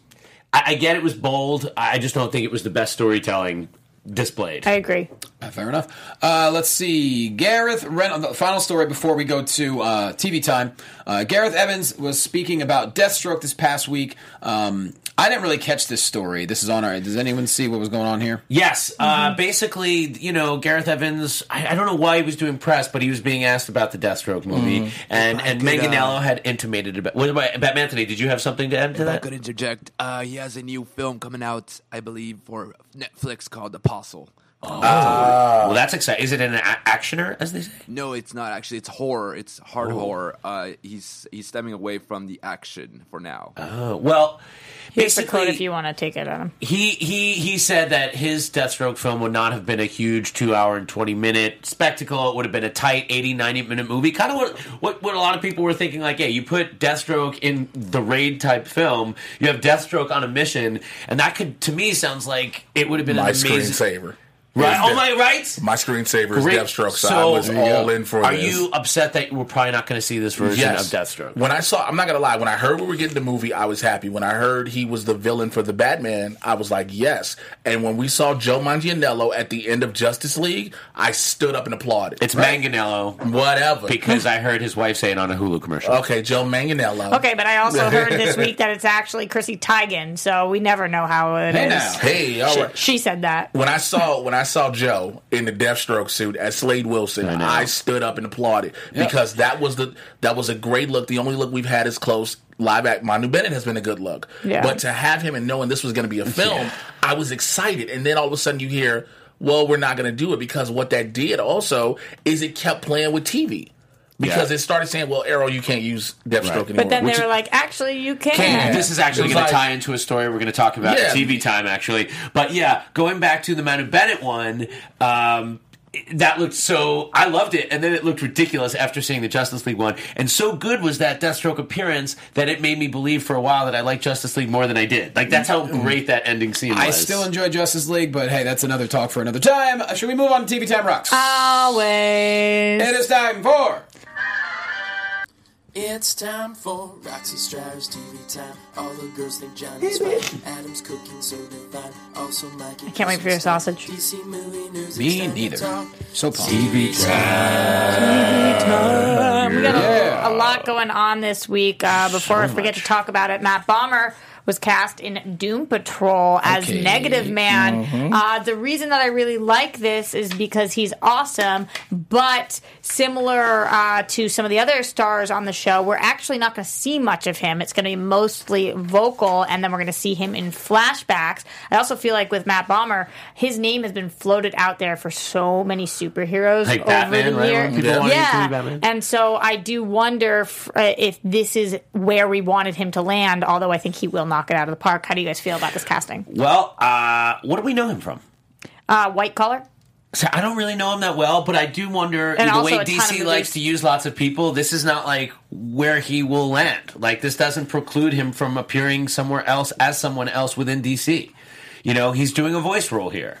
[SPEAKER 6] I, I get it was bold. I I just don't think it was the best storytelling displayed.
[SPEAKER 5] I agree.
[SPEAKER 2] Uh, Fair enough. Uh, let's see. Gareth Reynolds. The final story before we go to uh, TV time. Uh, Gareth Evans was speaking about Deathstroke this past week. Um, I didn't really catch this story. This is on our. Does anyone see what was going on here?
[SPEAKER 6] Yes, uh, basically, you know, Gareth Evans. I, I don't know why he was doing press, but he was being asked about the Deathstroke movie, and and Manganello had intimated about. What about Batman Anthony? Did you have something to add to that?
[SPEAKER 11] could interject. Uh, he has a new film coming out, I believe, for Netflix called Apostle.
[SPEAKER 6] well, that's exciting. Is it an a- actioner, as they say?
[SPEAKER 11] No, it's not actually. It's horror. It's hard horror. Uh, he's he's stemming away from the action for now.
[SPEAKER 6] Uh, well,
[SPEAKER 5] Here's the
[SPEAKER 6] basically,
[SPEAKER 5] quote if you want to take it, Adam.
[SPEAKER 6] he he he said that his Deathstroke film would not have been a huge two hour and twenty minute spectacle. It would have been a tight 80, 90 minute movie. Kind of what, what what a lot of people were thinking. Like, yeah, you put Deathstroke in the raid type film. You have Deathstroke on a mission, and that could to me sounds like it would have been
[SPEAKER 7] My
[SPEAKER 6] an amazing.
[SPEAKER 7] screensaver.
[SPEAKER 6] Right?
[SPEAKER 7] is
[SPEAKER 6] Oh
[SPEAKER 7] Death-
[SPEAKER 6] my! Right?
[SPEAKER 7] My screensaver is
[SPEAKER 6] Great.
[SPEAKER 7] Deathstroke, so, I
[SPEAKER 6] So-
[SPEAKER 7] was
[SPEAKER 6] There you
[SPEAKER 7] all
[SPEAKER 6] go.
[SPEAKER 7] in for
[SPEAKER 6] Are
[SPEAKER 7] this.
[SPEAKER 6] you upset that we're probably not going to see this version of Deathstroke?
[SPEAKER 7] When I saw, I'm not gonna lie. When I heard we were getting the movie, I was happy. When I heard he was the villain for the Batman, I was like, yes. And when we saw Joe Manganiello at the end of Justice League, I stood up and applauded.
[SPEAKER 6] It's Manganello
[SPEAKER 7] whatever.
[SPEAKER 6] because I heard his wife say it on a Hulu commercial.
[SPEAKER 7] okay, Joe Manganiello.
[SPEAKER 5] Okay, but I also heard this week that it's actually Chrissy Teigen, so we never know how it is.
[SPEAKER 2] Hey now.
[SPEAKER 7] Hey, all right.
[SPEAKER 5] She said that.
[SPEAKER 7] When I saw when I I saw Joe in the Deathstroke suit as Slade Wilson,
[SPEAKER 6] I know.
[SPEAKER 7] I, stood up and applauded
[SPEAKER 6] Yeah.
[SPEAKER 7] because that was the that was a great look. The only look we've had is close live act. Manu Bennett has been a good look,
[SPEAKER 5] Yeah.
[SPEAKER 7] but to have him and knowing this was going to be a film, I was excited. And then all of a sudden, you hear, "Well, we're not going to do it," because what that did also is it kept playing with TV. Because
[SPEAKER 6] Yeah.
[SPEAKER 7] it started saying, "Well, Arrow, you can't use Deathstroke anymore."
[SPEAKER 5] But then
[SPEAKER 7] which
[SPEAKER 5] they were like, actually, you can.
[SPEAKER 7] Can.
[SPEAKER 6] This is actually
[SPEAKER 7] It was
[SPEAKER 6] going
[SPEAKER 7] like-
[SPEAKER 6] to tie into a story we're going to talk about
[SPEAKER 7] Yeah.
[SPEAKER 6] in TV time, actually. But yeah, going back to the Manu Bennett one, um, that looked so. I loved it, and then it looked ridiculous after seeing the Justice League one. And so good was that Deathstroke appearance that it made me believe for a while that I liked Justice League more than I did. Like that's
[SPEAKER 7] Mm-hmm.
[SPEAKER 6] how great that ending scene was.
[SPEAKER 2] I still enjoy Justice League, but hey, that's another talk for another time. Uh, Should we move on to TV Time Rocks?
[SPEAKER 5] Uh, Always.
[SPEAKER 2] it is time for.
[SPEAKER 12] It's time for Roxy Strauss TV time. All the girls think Johnny's fine. Adam's cooking so divine. Also, Mikey.
[SPEAKER 5] I can't wait for your sausage.
[SPEAKER 12] DC movie news.
[SPEAKER 2] Me
[SPEAKER 12] It's time to
[SPEAKER 2] neither.
[SPEAKER 12] talk.
[SPEAKER 2] So pumped.
[SPEAKER 5] Um, we got a, a lot going on this week. Uh, before I forget to talk about it, Matt Bomber was cast in Doom Patrol as
[SPEAKER 2] Okay.
[SPEAKER 5] Negative Man. Uh, the reason that I really like this is because he's awesome, but similar uh, to some of the other stars on the show, we're actually not going to see much of him. It's going to be mostly vocal, and then we're going to see him in flashbacks. I also feel like with Matt Bomber, his name has been floated out there for so many superheroes
[SPEAKER 6] Like
[SPEAKER 5] over
[SPEAKER 6] Batman,
[SPEAKER 5] the
[SPEAKER 6] right?
[SPEAKER 5] year.
[SPEAKER 6] When people wanted him to be Batman.
[SPEAKER 5] And so I do wonder if, uh, if this is where we wanted him to land, although I think he will knock it out of the park. How do you guys feel about this casting?
[SPEAKER 6] Well, uh, what do we know him from?
[SPEAKER 5] Uh, white collar?
[SPEAKER 6] So I don't really know him that well, but I do wonder
[SPEAKER 5] And
[SPEAKER 6] the
[SPEAKER 5] also
[SPEAKER 6] way
[SPEAKER 5] a ton of
[SPEAKER 6] DC
[SPEAKER 5] movies.
[SPEAKER 6] likes to use lots of people. This is not like where he will land. Like this doesn't preclude him from appearing somewhere else as someone else within DC. You know, he's doing a voice role here.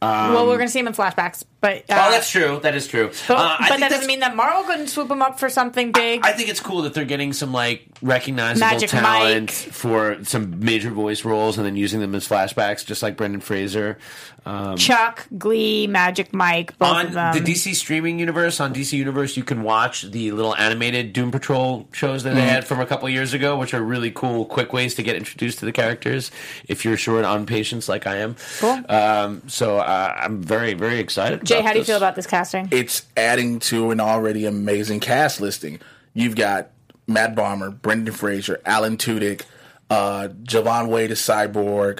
[SPEAKER 5] well, we're going to see him in flashbacks, but. Uh,
[SPEAKER 6] oh, that's true. That is true.
[SPEAKER 5] But,
[SPEAKER 6] Uh, I think
[SPEAKER 5] but that
[SPEAKER 6] that's-
[SPEAKER 5] doesn't mean that Marvel couldn't swoop him up for something big.
[SPEAKER 6] I think it's cool that they're getting some like recognizable
[SPEAKER 5] Magic
[SPEAKER 6] talent
[SPEAKER 5] Mike.
[SPEAKER 6] for some major voice roles, and then using them as flashbacks, just like Brendan Fraser. Um,
[SPEAKER 5] Chuck, Glee, Magic Mike, both
[SPEAKER 6] on
[SPEAKER 5] of them.
[SPEAKER 6] the DC streaming universe, on DC Universe, you can watch the little animated Doom Patrol shows that they
[SPEAKER 2] Mm-hmm.
[SPEAKER 6] had from a couple years ago, which are really cool, quick ways to get introduced to the characters if you're short on patience, like I am.
[SPEAKER 5] Cool.
[SPEAKER 6] Um, so uh, I'm very, very excited.
[SPEAKER 5] Jay,
[SPEAKER 6] about
[SPEAKER 5] how do you
[SPEAKER 6] this.
[SPEAKER 5] feel about this casting?
[SPEAKER 7] it's adding to an already amazing cast listing. You've got Matt Bomber, Brendan Fraser, Alan Tudyk, uh, Javon Wade is Cyborg.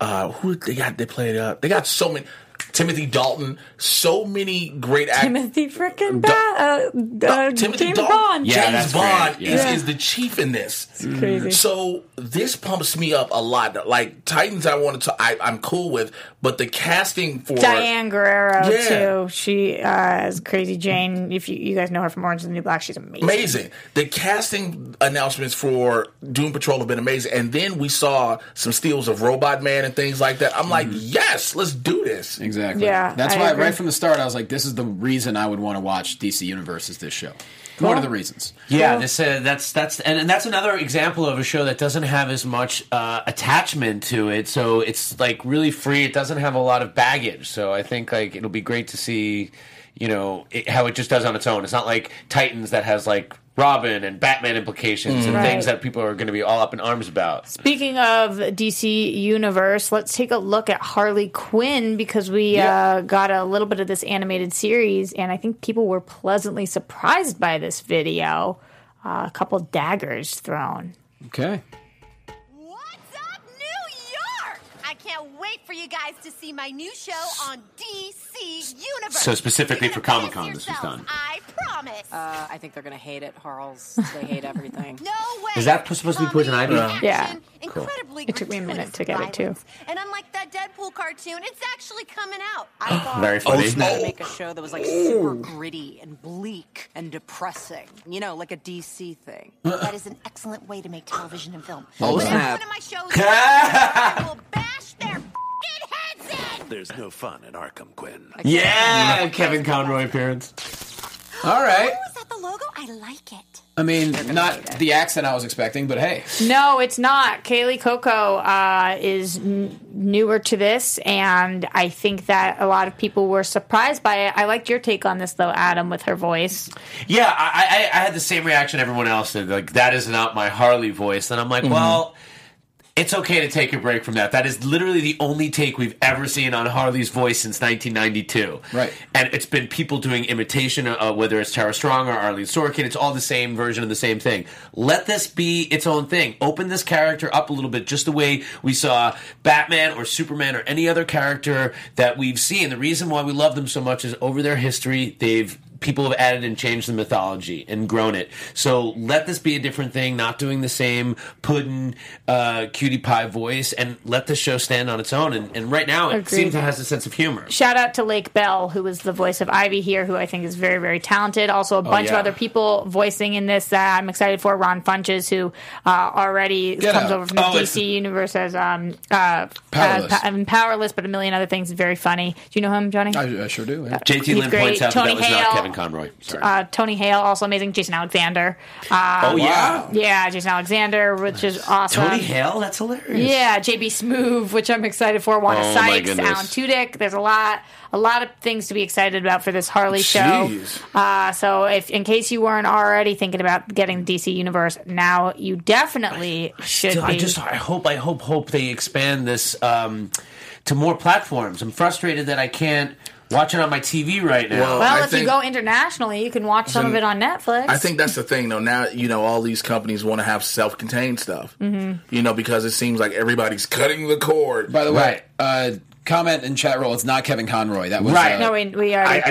[SPEAKER 7] Uh, who they got? They played. Uh, they got so many. Timothy Dalton. So many great actors.
[SPEAKER 5] Timothy frickin' ba- uh, uh, James Bond.
[SPEAKER 6] Yeah,
[SPEAKER 7] James
[SPEAKER 6] that's
[SPEAKER 7] Bond
[SPEAKER 6] great. Yeah.
[SPEAKER 7] is, is the chief in this.
[SPEAKER 5] Crazy.
[SPEAKER 7] So this pumps me up a lot. Like Titans, I wanted to. I, I'm cool with, but the casting for
[SPEAKER 5] Diane Guerrero
[SPEAKER 7] Yeah.
[SPEAKER 5] too. She uh, is Crazy Jane. If you, you guys know her from Orange is the New Black, she's amazing.
[SPEAKER 7] amazing. The casting announcements for Doom Patrol have been amazing, and then we saw some steals of Robot Man and things like that. I'm like,
[SPEAKER 13] Mm-hmm.
[SPEAKER 7] yes, let's do this.
[SPEAKER 2] Exactly.
[SPEAKER 5] Yeah,
[SPEAKER 2] That's
[SPEAKER 5] I
[SPEAKER 2] why
[SPEAKER 5] agree.
[SPEAKER 2] right from the start I was like, this is the reason I would want to watch DC Universe is this show. One of the reasons.
[SPEAKER 6] Yeah, this uh, that's that's and, and that's another example of a show that doesn't have as much uh, attachment to it, so it's like really free. It doesn't have a lot of baggage, so I think like it'll be great to see, you know, it, how it just does on its own. It's not like Titans that has like Robin and Batman implications and
[SPEAKER 5] Right.
[SPEAKER 6] things that people are going to be all up in arms about.
[SPEAKER 5] Speaking of DC Universe, let's take a look at Harley Quinn because we uh, got a little bit of this animated series, and I think people were pleasantly surprised by this video. Uh, a couple daggers thrown.
[SPEAKER 2] Okay.
[SPEAKER 8] What's up, New York? I can't wait for you guys to see my new show on DC Universe.
[SPEAKER 6] So specifically
[SPEAKER 8] You're
[SPEAKER 6] for
[SPEAKER 8] gonna
[SPEAKER 6] Comic-Con this
[SPEAKER 8] piss
[SPEAKER 6] was
[SPEAKER 8] yourselves,
[SPEAKER 6] done.
[SPEAKER 8] I promise.
[SPEAKER 13] Uh, I think they're gonna hate it, Harls. They hate everything.
[SPEAKER 8] no way.
[SPEAKER 6] Is that supposed to be Poison Ivy?
[SPEAKER 8] Comedy,
[SPEAKER 5] Yeah.
[SPEAKER 8] action, Incredibly
[SPEAKER 5] It took me a minute
[SPEAKER 8] gratuitous
[SPEAKER 5] to get it, too.
[SPEAKER 8] violence. And unlike that Deadpool cartoon, it's actually coming out. I thought
[SPEAKER 6] Very funny.
[SPEAKER 13] I
[SPEAKER 7] Oh.
[SPEAKER 13] was gonna make a show that was like super gritty and bleak and depressing. You know, like a DC thing.
[SPEAKER 8] that is an excellent way to make television and film.
[SPEAKER 2] Oh,
[SPEAKER 8] But every
[SPEAKER 11] snap.
[SPEAKER 8] one of my shows, I will bash their f***ing heads in.
[SPEAKER 9] There's no fun in Arkham, Quinn.
[SPEAKER 6] Yeah, Kevin Conroy appearance.
[SPEAKER 2] All right.
[SPEAKER 8] Oh, Is that the logo? I like it.
[SPEAKER 2] I mean, not the accent I was expecting, but hey.
[SPEAKER 5] No, it's not. Kaylee Coco uh, is n- newer to this, and I think that a lot of people were surprised by it. I liked your take on this, though, Adam, with her voice.
[SPEAKER 6] Yeah, I, I, I had the same reaction everyone else did. Like that is not my Harley voice, and I'm like, well, It's okay to take a break from that. That is literally the only take we've ever seen on Harley's voice since 1992. Right. And it's been people doing imitation, uh, whether it's Tara Strong or Arlene Sorkin. It's all the same version of the same thing. Let this be its own thing. Open this character up a little bit, just the way we saw Batman or Superman or any other character that we've seen. The reason why we love them so much is over their history, they've people have added and changed the mythology and grown it. So let this be a different thing, not doing the same puddin' uh, cutie pie voice, and let the show stand on its own. And, and right now, it
[SPEAKER 5] Agreed.
[SPEAKER 6] seems it has a sense of humor.
[SPEAKER 5] Shout out to Lake Bell, who was the voice of Ivy here, who I think is very, very talented.
[SPEAKER 14] Oh,
[SPEAKER 5] Also, a bunch
[SPEAKER 6] yeah.
[SPEAKER 5] of other people voicing in this that I'm excited for. Ron Funches, who uh, already
[SPEAKER 14] Get
[SPEAKER 5] comes
[SPEAKER 14] out.
[SPEAKER 5] over from the
[SPEAKER 14] Oh, it's-
[SPEAKER 5] DC universe as um, uh,
[SPEAKER 14] Powerless.
[SPEAKER 5] uh, pa- and powerless, but a million other things. Very funny. Do you know him, Johnny?
[SPEAKER 14] I, I sure do.
[SPEAKER 2] Uh,
[SPEAKER 14] yeah.
[SPEAKER 6] JT
[SPEAKER 5] he's
[SPEAKER 6] Lynn
[SPEAKER 5] great.
[SPEAKER 6] points out
[SPEAKER 5] Tony
[SPEAKER 6] that, that was
[SPEAKER 5] Hale.
[SPEAKER 6] not Kevin Conroy. Sorry.
[SPEAKER 5] uh, Tony Hale, also amazing. Jason Alexander. Uh,
[SPEAKER 6] Oh, yeah.
[SPEAKER 5] yeah, Jason Alexander, which is awesome.
[SPEAKER 6] Tony Hale? That's hilarious.
[SPEAKER 5] Um, Yeah, JB Smoove, which I'm excited for. Wanda
[SPEAKER 6] Oh, my
[SPEAKER 5] Sykes,
[SPEAKER 6] goodness.
[SPEAKER 5] Alan Tudyk. There's a lot, a lot of things to be excited about for this Harley
[SPEAKER 14] Jeez.
[SPEAKER 5] show. Uh, so, if in case you weren't already thinking about getting the DC Universe, now you definitely should
[SPEAKER 6] Still,
[SPEAKER 5] be.
[SPEAKER 6] I just I hope I hope hope they expand this um, to more platforms. I'm frustrated that I can't watch it on my TV right now.
[SPEAKER 5] well, if you go internationally, you can watch some of it on Netflix.
[SPEAKER 7] I think that's the thing, though. Now, you know, all these companies want to have self contained stuff,
[SPEAKER 5] hmm
[SPEAKER 13] Mm-hmm.
[SPEAKER 7] you know, because it seems like everybody's cutting the cord.
[SPEAKER 14] By the way, uh, comment and chat roll. It's not Kevin Conroy. That was
[SPEAKER 6] Right.
[SPEAKER 14] uh,
[SPEAKER 5] No, we, we already.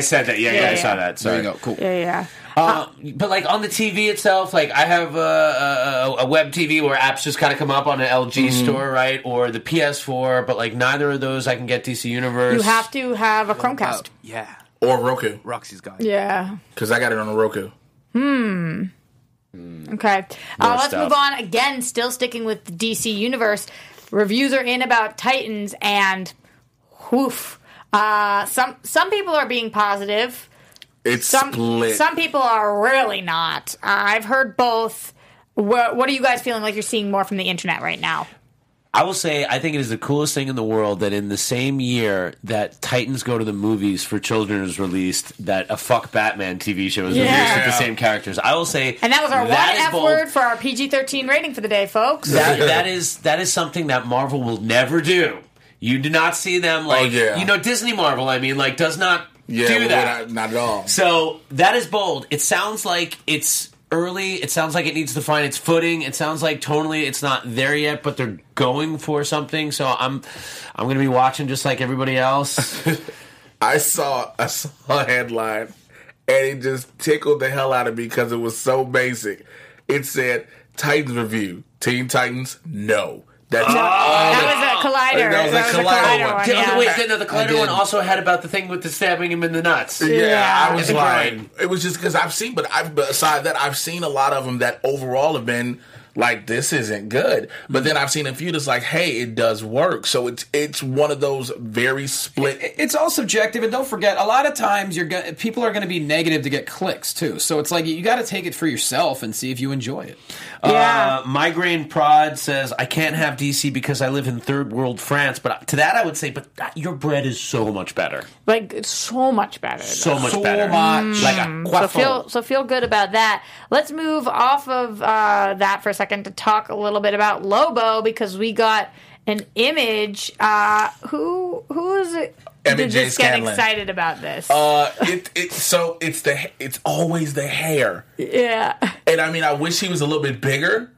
[SPEAKER 14] There you go. Cool.
[SPEAKER 5] Yeah, yeah.
[SPEAKER 6] Uh, but like on the TV itself, like I have a, a, a web TV where apps just kind of come up on an LG store, right, or the PS4. But like neither of those, I can get DC Universe.
[SPEAKER 5] You have to have a Chromecast.
[SPEAKER 6] Oh.
[SPEAKER 7] Yeah. Or Roku. Roxy's got
[SPEAKER 5] Yeah.
[SPEAKER 7] Because I got it on a Roku.
[SPEAKER 5] Hmm. Okay. Uh,
[SPEAKER 7] More
[SPEAKER 5] let's
[SPEAKER 7] stuff.
[SPEAKER 5] move on. Again, still sticking with the DC Universe. Reviews are in about Titans and whoof. Uh, some some people are being positive.
[SPEAKER 7] It's
[SPEAKER 5] Some
[SPEAKER 7] split.
[SPEAKER 5] some people are really not. Uh, I've heard both. What, what are you guys feeling like you're seeing more from the internet right now?
[SPEAKER 6] I will say, I think it is the coolest thing in the world that in the same year that Titans Go to the Movies for Children is released, that a Fuck Batman TV show is
[SPEAKER 5] Yeah.
[SPEAKER 6] released with the
[SPEAKER 5] Yeah.
[SPEAKER 6] same characters. I will say,
[SPEAKER 5] And that was our
[SPEAKER 6] that is
[SPEAKER 5] one F
[SPEAKER 6] bold.
[SPEAKER 5] word for our PG thirteen rating for the day, folks.
[SPEAKER 6] That, that is that is something that Marvel will never do. You do not see them like you know Disney Marvel. I mean, like does not
[SPEAKER 7] Yeah,
[SPEAKER 6] do
[SPEAKER 7] well,
[SPEAKER 6] that.
[SPEAKER 7] not- not at all.
[SPEAKER 6] So that is bold. It sounds like it's early. It sounds like it needs to find its footing. It sounds like tonally it's not there yet, but they're going for something. So I'm I'm going to be watching just like everybody else.
[SPEAKER 7] I saw I saw a headline and it just tickled the hell out of me because it was so basic. It said Titans review. Teen Titans, no. That's
[SPEAKER 6] No,
[SPEAKER 7] all
[SPEAKER 6] that
[SPEAKER 7] it-
[SPEAKER 6] was a Collider.
[SPEAKER 7] That was
[SPEAKER 6] That was
[SPEAKER 7] a
[SPEAKER 6] a
[SPEAKER 7] collider,
[SPEAKER 6] Collider
[SPEAKER 7] one.
[SPEAKER 6] one, Did- yeah. wait, did- no, the Collider one also had about the thing with the stabbing him in the nuts.
[SPEAKER 7] Yeah, I was
[SPEAKER 6] It's
[SPEAKER 7] like,
[SPEAKER 6] great.
[SPEAKER 7] it was just because I've seen, but I've but aside that I've seen a lot of them that overall have been like this isn't good. But then I've seen a few that's like, hey, it does work. So it's it's one of those very split.
[SPEAKER 2] It's all subjective, and don't forget, a lot of times you're go- people are going to be negative to get clicks too. So it's like you got to take it for yourself and see if you enjoy it.
[SPEAKER 6] Uh, Migraine Prod says, I can't have DC because I live in third world France. But uh, to that, I would say, but that- your bread is so much better.
[SPEAKER 5] Like it's so much better.
[SPEAKER 6] So much
[SPEAKER 5] So
[SPEAKER 6] better.
[SPEAKER 5] much.
[SPEAKER 6] Like a
[SPEAKER 5] Mm. So
[SPEAKER 6] croissant.
[SPEAKER 5] feel so feel good about that. Let's move off of uh, that for a second to talk a little bit about Lobo because we got an image. Uh, who who is it?
[SPEAKER 7] Emmett
[SPEAKER 5] did
[SPEAKER 7] J.
[SPEAKER 5] just get
[SPEAKER 7] Scanlan.
[SPEAKER 5] excited about this?
[SPEAKER 6] Oh.
[SPEAKER 7] Uh, it, it so it's the it's always the hair,
[SPEAKER 5] yeah,
[SPEAKER 7] and I mean, I wish he was a little bit bigger.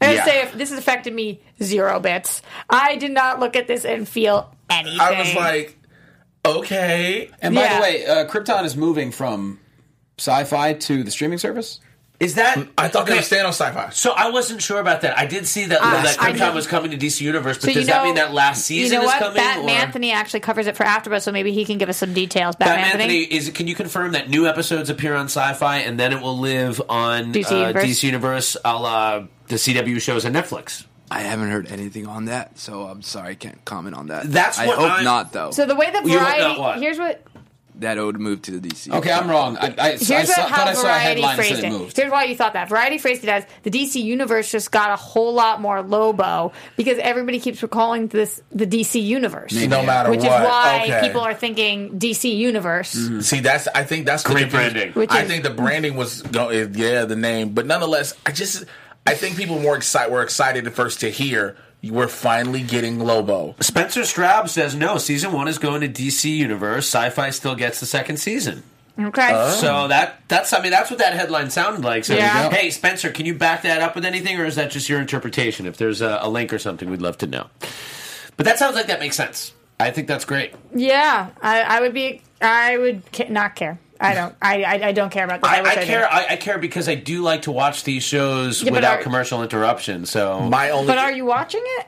[SPEAKER 5] I
[SPEAKER 7] Yeah.
[SPEAKER 5] say if this has affected me zero bits. I did not look at this and feel anything.
[SPEAKER 7] I was like, okay.
[SPEAKER 2] And by
[SPEAKER 5] Yeah.
[SPEAKER 2] the way, uh, Krypton is moving from sci-fi to the streaming service.
[SPEAKER 6] Is that
[SPEAKER 7] I thought they were staying on sci-fi?
[SPEAKER 6] So I wasn't sure about that. I did see that
[SPEAKER 5] Uh,
[SPEAKER 6] that
[SPEAKER 5] I
[SPEAKER 6] Krypton
[SPEAKER 5] know.
[SPEAKER 6] was coming to DC Universe, but
[SPEAKER 5] So you
[SPEAKER 6] does that
[SPEAKER 5] know-
[SPEAKER 6] mean that last season
[SPEAKER 5] you know
[SPEAKER 6] is
[SPEAKER 5] what?
[SPEAKER 6] coming?
[SPEAKER 5] Bat
[SPEAKER 6] or-
[SPEAKER 5] Anthony actually covers it for AfterBuzz, so maybe he can give us some details. Bat,
[SPEAKER 6] Batman
[SPEAKER 5] Anthony.
[SPEAKER 6] Anthony, is can you confirm that new episodes appear on Sci-Fi and then it will live on
[SPEAKER 5] DC
[SPEAKER 6] uh,
[SPEAKER 5] Universe?
[SPEAKER 6] DC Universe, a la the CW shows on Netflix?
[SPEAKER 11] I haven't heard anything on that, so I'm sorry I can't comment on that.
[SPEAKER 6] That's
[SPEAKER 11] I
[SPEAKER 6] what
[SPEAKER 11] hope
[SPEAKER 6] I'm-
[SPEAKER 11] not, though.
[SPEAKER 5] So the way that
[SPEAKER 11] You hope not
[SPEAKER 5] Variety
[SPEAKER 11] what?
[SPEAKER 5] here's what
[SPEAKER 11] that owed move to the DC.
[SPEAKER 2] Okay, I'm wrong. I, I, I
[SPEAKER 5] here's
[SPEAKER 2] saw,
[SPEAKER 5] what, how
[SPEAKER 2] thought I saw a
[SPEAKER 5] Variety
[SPEAKER 2] headline that
[SPEAKER 5] phrased
[SPEAKER 2] said
[SPEAKER 5] it.
[SPEAKER 2] it moved.
[SPEAKER 5] Here's why you thought that. Variety phrased it as the DC universe just got a whole lot more Lobo because everybody keeps recalling this the DC universe.
[SPEAKER 7] Maybe. No matter
[SPEAKER 5] which is
[SPEAKER 7] what.
[SPEAKER 5] why
[SPEAKER 7] Okay.
[SPEAKER 5] people are thinking DC universe.
[SPEAKER 2] Mm-hmm.
[SPEAKER 7] See, that's I think that's the
[SPEAKER 6] Great
[SPEAKER 7] difference.
[SPEAKER 6] branding.
[SPEAKER 5] Which
[SPEAKER 7] I
[SPEAKER 5] is-
[SPEAKER 7] eh, think the branding was go- yeah the name, but nonetheless, I just I think people more excited were excited at first to hear we're finally getting Lobo.
[SPEAKER 6] Spencer Straub says no. Season one is going to DC Universe. Sci-Fi still gets the second season.
[SPEAKER 5] Okay.
[SPEAKER 7] Oh.
[SPEAKER 6] So that that's I mean that's what that headline sounded like. So
[SPEAKER 5] Yeah.
[SPEAKER 6] hey Spencer, can you back that up with anything, or is that just your interpretation? If there's a, a link or something, we'd love to know. But that sounds like that makes sense. I think that's great.
[SPEAKER 5] Yeah, I, I would be. I would ca- not care. I don't. I I, I don't care about that.
[SPEAKER 6] I,
[SPEAKER 5] wish
[SPEAKER 6] I
[SPEAKER 5] did.
[SPEAKER 6] care. I, I care because I do like to watch these shows
[SPEAKER 5] Yeah, but
[SPEAKER 6] without
[SPEAKER 5] are-
[SPEAKER 6] commercial interruption. So
[SPEAKER 7] my
[SPEAKER 5] But are you watching it?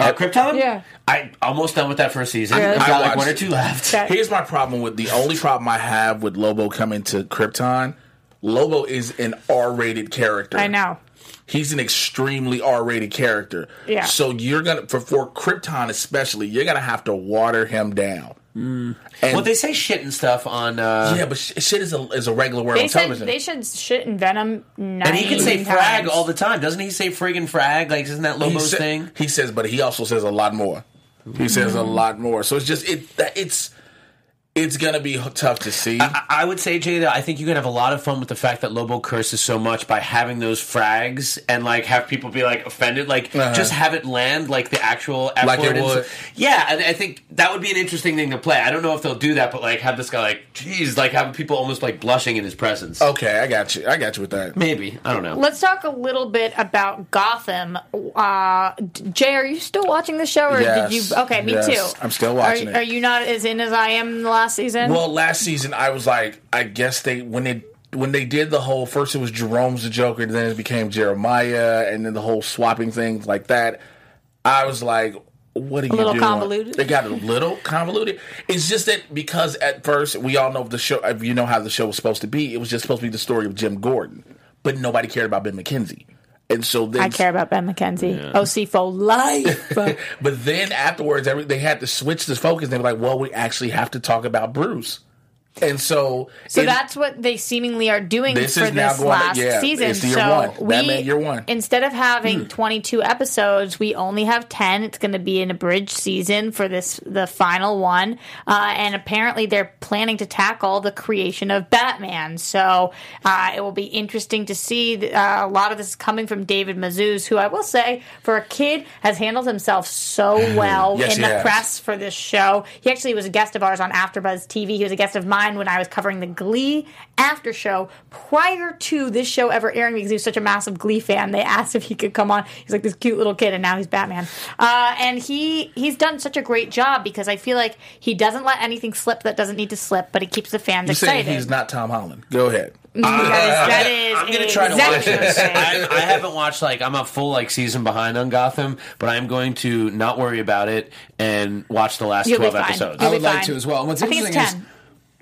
[SPEAKER 6] uh, Krypton.
[SPEAKER 5] Yeah.
[SPEAKER 6] I almost done with that first season.
[SPEAKER 5] Really?
[SPEAKER 6] I've got like
[SPEAKER 7] watched-
[SPEAKER 6] one or two left.
[SPEAKER 7] Here's my problem with the only problem I have with Lobo coming to Krypton. Lobo is an R-rated character.
[SPEAKER 5] I know.
[SPEAKER 7] He's an extremely R-rated character.
[SPEAKER 5] Yeah.
[SPEAKER 7] So you're gonna for, for Krypton especially, you're gonna have to water him down.
[SPEAKER 6] well, they say shit and stuff on. Uh,
[SPEAKER 7] yeah, but sh- shit is a is a regular word
[SPEAKER 5] They
[SPEAKER 7] on
[SPEAKER 5] said
[SPEAKER 7] television.
[SPEAKER 5] they should shit and venom.
[SPEAKER 6] and he can say
[SPEAKER 5] 90
[SPEAKER 6] frag
[SPEAKER 5] times.
[SPEAKER 6] all the time, doesn't he? Say friggin' frag, like isn't that Lobo's
[SPEAKER 7] sa-
[SPEAKER 6] thing?
[SPEAKER 7] He says, but he also says a lot more.
[SPEAKER 5] Mm-hmm.
[SPEAKER 7] He says a lot more. So it's just it. that- It's it's gonna be h- tough to see.
[SPEAKER 6] I, I would say, Jay, that I think you can have a lot of fun with the fact that Lobo curses so much by having those frags and like have people be like offended, like
[SPEAKER 7] Uh-huh.
[SPEAKER 6] just have it land like the actual F
[SPEAKER 7] Like it
[SPEAKER 6] word and
[SPEAKER 7] would.
[SPEAKER 6] s- Yeah, I, I think that would be an interesting thing to play. I don't know if they'll do that, but like have this guy like, geez, like have people almost like blushing in his presence.
[SPEAKER 7] Okay, I got you. I got you with that.
[SPEAKER 6] Maybe I don't know.
[SPEAKER 5] Let's talk a little bit about Gotham. Uh, d- Jay, are you still watching the show, or
[SPEAKER 7] Yes.
[SPEAKER 5] did you? Okay, me
[SPEAKER 7] Yes.
[SPEAKER 5] too.
[SPEAKER 7] I'm still watching
[SPEAKER 5] are,
[SPEAKER 7] it.
[SPEAKER 5] Are you not as in as I am the last season?
[SPEAKER 7] Well, last season I was like, I guess they when it when they did the whole first it was Jerome's the Joker, then it became Jeremiah, and then the whole swapping thing like that. I was like, what are you
[SPEAKER 5] little
[SPEAKER 7] doing?
[SPEAKER 5] convoluted.
[SPEAKER 7] It got a little convoluted. It's just that because at first we all know the show. If you know how the show was supposed to be, it was just supposed to be the story of Jim Gordon, but nobody cared about Ben McKenzie, and so then
[SPEAKER 5] I care about Ben McKenzie. OC for life.
[SPEAKER 7] but then afterwards, every, they had to switch the focus. They were like, "Well, we actually have to talk about Bruce," and so
[SPEAKER 5] So
[SPEAKER 7] it-
[SPEAKER 5] that's what they seemingly are doing
[SPEAKER 7] This
[SPEAKER 5] for
[SPEAKER 7] is now
[SPEAKER 5] this
[SPEAKER 7] going-
[SPEAKER 5] last
[SPEAKER 7] yeah,
[SPEAKER 5] season.
[SPEAKER 7] it's year
[SPEAKER 5] so
[SPEAKER 7] one.
[SPEAKER 5] we
[SPEAKER 7] Batman year one. Hmm.
[SPEAKER 5] instead of having 22 episodes, we only have 10. It's going to be an abridged season for this the final one, uh, and apparently they're planning to tackle the creation of Batman. So uh, it will be interesting to see. Uh, a lot of this is coming from David Mazouz, who I will say, for a kid, has handled himself so well
[SPEAKER 7] Yes,
[SPEAKER 5] in
[SPEAKER 7] he
[SPEAKER 5] the
[SPEAKER 7] has.
[SPEAKER 5] press press for this show. He actually was a guest of ours on AfterBuzz TV. He was a guest of mine when I was covering the Glee after show prior to this show ever airing because he was such a massive Glee fan. They asked if he could come on. He's like this cute little kid, and now he's Batman. Uh, and he he's done such a great job because I feel like he doesn't let anything slip that doesn't need to slip, but he keeps the fans
[SPEAKER 7] you saying
[SPEAKER 5] excited.
[SPEAKER 7] he's not Tom Holland. Go ahead.
[SPEAKER 5] Because that is
[SPEAKER 6] I'm gonna try to watch
[SPEAKER 5] exactly
[SPEAKER 6] this.
[SPEAKER 5] what I'm saying.
[SPEAKER 6] I, I haven't watched like I'm a full like season behind on Gotham, but I'm going to not worry about it and watch the last
[SPEAKER 5] You'll be
[SPEAKER 6] twelve
[SPEAKER 5] fine.
[SPEAKER 6] episodes.
[SPEAKER 5] You'll
[SPEAKER 14] I
[SPEAKER 5] be
[SPEAKER 14] would like
[SPEAKER 5] fine.
[SPEAKER 14] to as well. And what's
[SPEAKER 5] I think it's
[SPEAKER 14] interesting is
[SPEAKER 5] 10.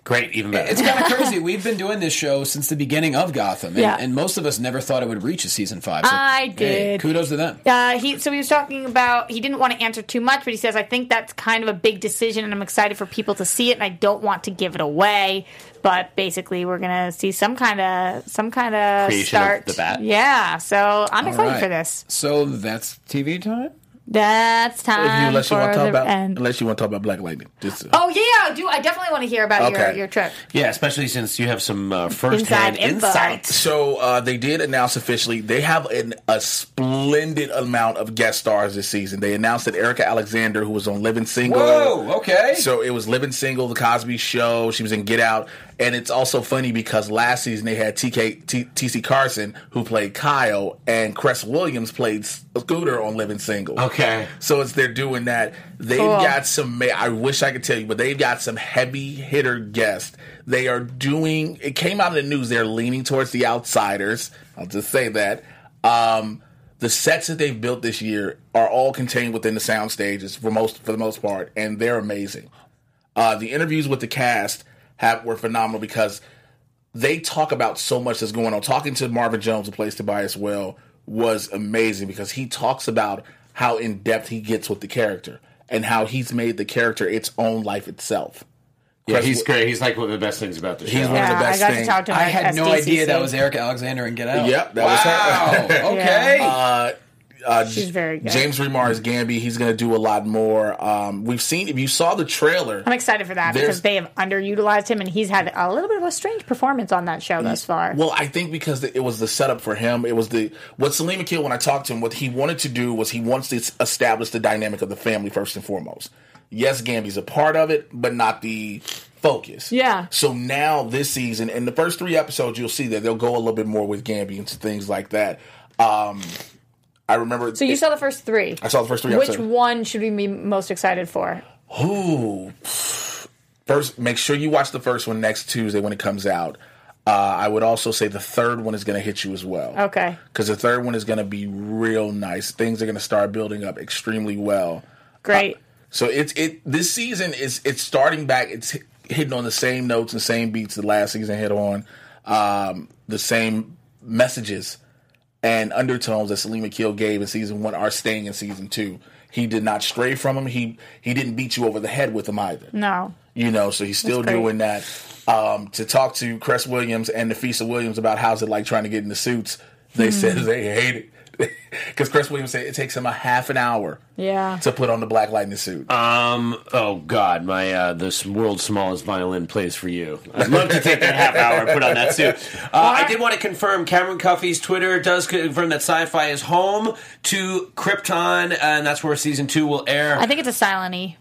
[SPEAKER 6] Great, even better.
[SPEAKER 14] It's kind of crazy. We've been doing this show since the beginning of Gotham, and,
[SPEAKER 5] Yeah.
[SPEAKER 14] and most of us never thought it would reach a season five. So,
[SPEAKER 5] I
[SPEAKER 14] hey,
[SPEAKER 5] did.
[SPEAKER 14] kudos to them.
[SPEAKER 5] Uh, he so he was talking about he didn't want to answer too much, but he says I think that's kind of a big decision, and I'm excited for people to see it, and I don't want to give it away. But basically, we're gonna see some kind of some kind of
[SPEAKER 6] Creation of
[SPEAKER 5] start.
[SPEAKER 6] the bat.
[SPEAKER 5] Yeah, so I'm
[SPEAKER 14] All
[SPEAKER 5] excited
[SPEAKER 14] right.
[SPEAKER 5] for this.
[SPEAKER 14] So that's TV time.
[SPEAKER 5] That's
[SPEAKER 7] If you,
[SPEAKER 5] time
[SPEAKER 7] unless you
[SPEAKER 5] for
[SPEAKER 7] want to talk
[SPEAKER 5] the
[SPEAKER 7] about,
[SPEAKER 5] end.
[SPEAKER 7] unless you want to talk about Black Lightning, just to-
[SPEAKER 5] Oh yeah, I do I definitely want to hear about your
[SPEAKER 7] Okay.
[SPEAKER 5] your trip?
[SPEAKER 6] Yeah, especially since you have some uh, first-hand
[SPEAKER 5] Inside info.
[SPEAKER 6] insight.
[SPEAKER 7] So uh, they did announce officially they have an, a splendid amount of guest stars this season. They announced that Erica Alexander, who was on Living Single,
[SPEAKER 14] Whoa, okay.
[SPEAKER 7] So it was Living Single, The Cosby Show. She was in Get Out, and it's also funny because last season they had TK T- TC Carson, who played Kyle, and Cress Williams played Scooter on Living Single.
[SPEAKER 6] Okay.
[SPEAKER 7] So it's they're doing that. They've
[SPEAKER 5] Cool.
[SPEAKER 7] got some. ma- I wish I could tell you, but they've got some heavy hitter guests. They are doing. It came out in the news. They're leaning towards the outsiders. I'll just say that. Um, the sets that they've built this year are all contained within the sound stages for most for the most part, and they're amazing. Uh, the interviews with the cast have were phenomenal because they talk about so much that's going on. Talking to Marvin Jones, who plays Tobias well, was amazing because he talks about how in depth he gets with the character and how he's made the character its own life itself.
[SPEAKER 6] Yeah, he's great. He's like one of the best things about the show.
[SPEAKER 7] He's one of
[SPEAKER 5] Yeah,
[SPEAKER 7] the
[SPEAKER 5] I
[SPEAKER 7] best
[SPEAKER 5] got to
[SPEAKER 7] things.
[SPEAKER 5] talk to my
[SPEAKER 14] I had no idea
[SPEAKER 5] SDCC.
[SPEAKER 14] that was Eric Alexander and Get Out.
[SPEAKER 7] Yep, that was her.
[SPEAKER 14] wow. Oh, okay.
[SPEAKER 7] uh, uh,
[SPEAKER 5] She's very good.
[SPEAKER 7] James Remar is Gambi. He's going to do a lot more. Um, we've seen if you saw the trailer.
[SPEAKER 5] I'm excited for that
[SPEAKER 7] There's-
[SPEAKER 5] because they have underutilized him and he's had a little bit of a strange performance on that show thus far.
[SPEAKER 7] Well, I think because it was the setup for him. It was the what Salim Akil. When I talked to him, what he wanted to do was he wants to establish the dynamic of the family first and foremost. Yes, Gambi's a part of it, but not the focus.
[SPEAKER 5] Yeah.
[SPEAKER 7] So now this season, in the first three episodes, you'll see that they'll go a little bit more with Gambi and things like that. Um, I remember.
[SPEAKER 5] So you saw the first three.
[SPEAKER 7] I saw the first three
[SPEAKER 5] Which
[SPEAKER 7] episodes.
[SPEAKER 5] one should we be most excited for?
[SPEAKER 7] Ooh. First, make sure you watch the first one next Tuesday when it comes out. Uh, I would also say the third one is going to hit you as well.
[SPEAKER 5] Okay.
[SPEAKER 7] because the third one is going to be real nice. Things are going to start building up extremely well.
[SPEAKER 5] Great.
[SPEAKER 7] So it's it this season is it's starting back. It's hit- hitting on the same notes and same beats the last season hit on, um, the same messages and undertones that Salim Akil gave in season one are staying in season two. He did not stray from them. He he didn't beat you over the head with them either.
[SPEAKER 5] No.
[SPEAKER 7] You know, so he's still
[SPEAKER 5] That's great.
[SPEAKER 7] doing that. Um, to talk to Cress Williams and Nafisa Williams about how's it like trying to get in the suits,
[SPEAKER 5] Mm-hmm.
[SPEAKER 7] they said they hate it. Because Cress Williams said it takes him a half an hour
[SPEAKER 5] Yeah.
[SPEAKER 7] to put on the Black Lightning suit.
[SPEAKER 6] Um. Oh God, my uh, this world's smallest violin plays for you. I'd love to take that half hour and put on that suit. Uh, I did want to confirm. Cameron Cuffey's Twitter does confirm that Sci-Fi is home to Krypton, and that's where season two will air.
[SPEAKER 5] I think it's a silent E.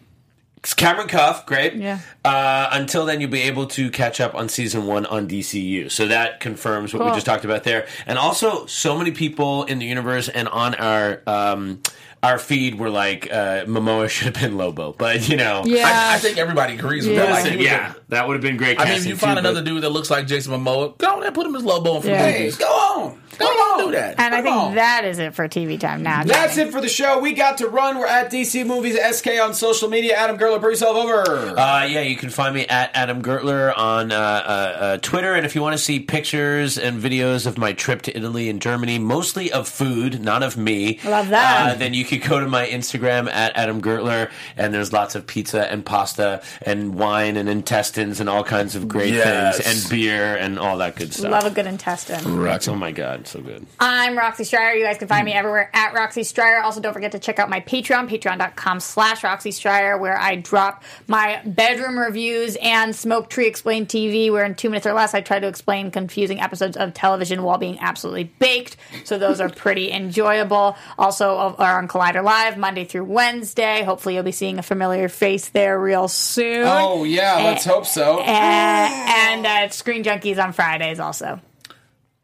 [SPEAKER 6] Cameron Cuff, great.
[SPEAKER 5] Yeah.
[SPEAKER 6] Uh, until then, you'll be able to catch up on season one on DCU. So that confirms what we
[SPEAKER 5] Cool.
[SPEAKER 6] just talked about there. And also, so many people in the universe and on our um, our feed were like, uh, Momoa should have been Lobo, but you know,
[SPEAKER 7] Yeah. I- I think everybody agrees with that. Yeah. Like, he
[SPEAKER 6] Listen,
[SPEAKER 7] was
[SPEAKER 6] yeah, that would have been great.
[SPEAKER 7] I mean, if
[SPEAKER 6] casting,
[SPEAKER 7] you find
[SPEAKER 6] too,
[SPEAKER 7] another dude that looks like Jason Momoa, go on and put him as Lobo in from
[SPEAKER 5] Yeah.
[SPEAKER 7] Hey, Go on. Go on. Do that.
[SPEAKER 5] And I think that is it for TV time now.
[SPEAKER 2] That's it for the show. We got to run. We're at DC Movies SK on social media. Adam Gerler, Bruce Elv, over.
[SPEAKER 6] Uh, yeah, you can find me at Adam Gertler on uh, uh, uh, Twitter. And if you want to see pictures and videos of my trip to Italy and Germany, mostly of food, not of me,
[SPEAKER 5] Love that.
[SPEAKER 6] Uh, then you could go to my Instagram at Adam Gertler, and there's lots of pizza and pasta and wine and intestines and all kinds of great
[SPEAKER 5] Yes.
[SPEAKER 6] things and beer and all that good stuff.
[SPEAKER 5] Love a good intestine.
[SPEAKER 6] Right. Oh my god, so good.
[SPEAKER 5] I'm Roxy Stryer. You guys can find me everywhere at Roxy Stryer. Also, don't forget to check out my Patreon, patreon.com slash Roxy Stryer, where I drop my bedroom reviews and Smoke Tree Explained TV, where in two minutes or less I try to explain confusing episodes of television while being absolutely baked. So those are pretty enjoyable. Also, uh, are on Collider Live Monday through Wednesday. Hopefully, you'll be seeing a familiar face there real soon.
[SPEAKER 2] Oh, yeah, let's
[SPEAKER 5] Eh,
[SPEAKER 2] hope so.
[SPEAKER 5] eh, And, uh, Screen Junkies on Fridays also.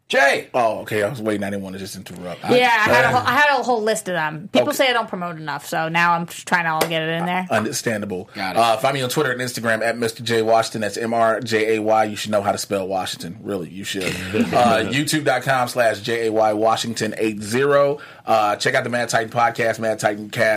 [SPEAKER 2] Jay.
[SPEAKER 7] Oh, okay. I was waiting. I didn't want to just interrupt.
[SPEAKER 5] Yeah, I had, a
[SPEAKER 7] Uh,
[SPEAKER 5] whole, I had a whole list of them. People
[SPEAKER 7] Okay.
[SPEAKER 5] say I don't promote enough, so now I'm just trying to all get it in there.
[SPEAKER 7] Understandable. Uh, find me on Twitter and Instagram at Mr. J Washington. That's M R J A Y. You should know how to spell Washington. Really, you should. uh, YouTube.com slash J A Y Washington 80. Uh, check out the Mad Titan podcast,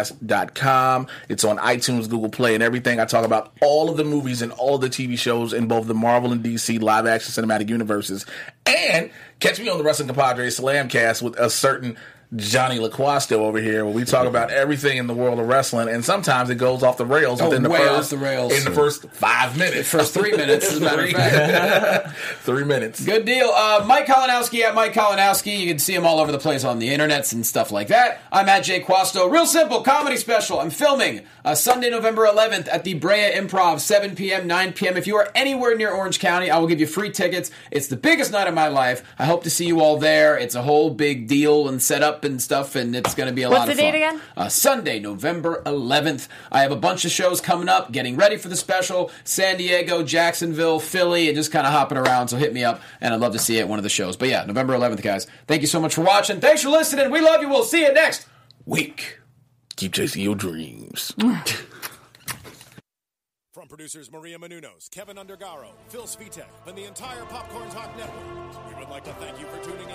[SPEAKER 7] madtitancast.com. It's on iTunes, Google Play, and everything. I talk about all of the movies and all of the TV shows in both the Marvel and DC live action cinematic universes. And catch me on the Wrestling Compadre Slamcast with a certain Johnny LaQuasto over here, where we talk about everything in the world of wrestling, and sometimes it goes off the rails
[SPEAKER 2] Oh,
[SPEAKER 7] within the
[SPEAKER 2] way
[SPEAKER 7] first
[SPEAKER 2] off the rails.
[SPEAKER 7] in the first five minutes,
[SPEAKER 2] First three minutes, as a matter of fact.
[SPEAKER 7] three minutes.
[SPEAKER 2] Good deal. Uh, Mike Kalinowski at Mike Kalinowski. You can see him all over the place on the internets and stuff like that. I'm at Jay Quasto. Real simple comedy special. I'm filming uh, Sunday, November 11th at the Brea Improv, 7 p.m., 9 p.m. If you are anywhere near Orange County, I will give you free tickets. It's the biggest night of my life. I hope to see you all there. It's a whole big deal and set up and stuff, and it's going to be a
[SPEAKER 5] What's
[SPEAKER 2] lot
[SPEAKER 5] the
[SPEAKER 2] of fun.
[SPEAKER 5] date again?
[SPEAKER 2] Uh, Sunday, November 11th. I have a bunch of shows coming up, getting ready for the special. San Diego, Jacksonville, Philly, and just kind of hopping around. So hit me up, and I'd love to see you at one of the shows. But yeah, November 11th, guys. Thank you so much for watching. Thanks for listening. We love you. We'll see you next week.
[SPEAKER 7] Keep chasing your dreams.
[SPEAKER 3] From producers Maria Menunos, Kevin Undergaro, Phil Svitek, and the entire Popcorn Talk Network, we would like to thank you for tuning in.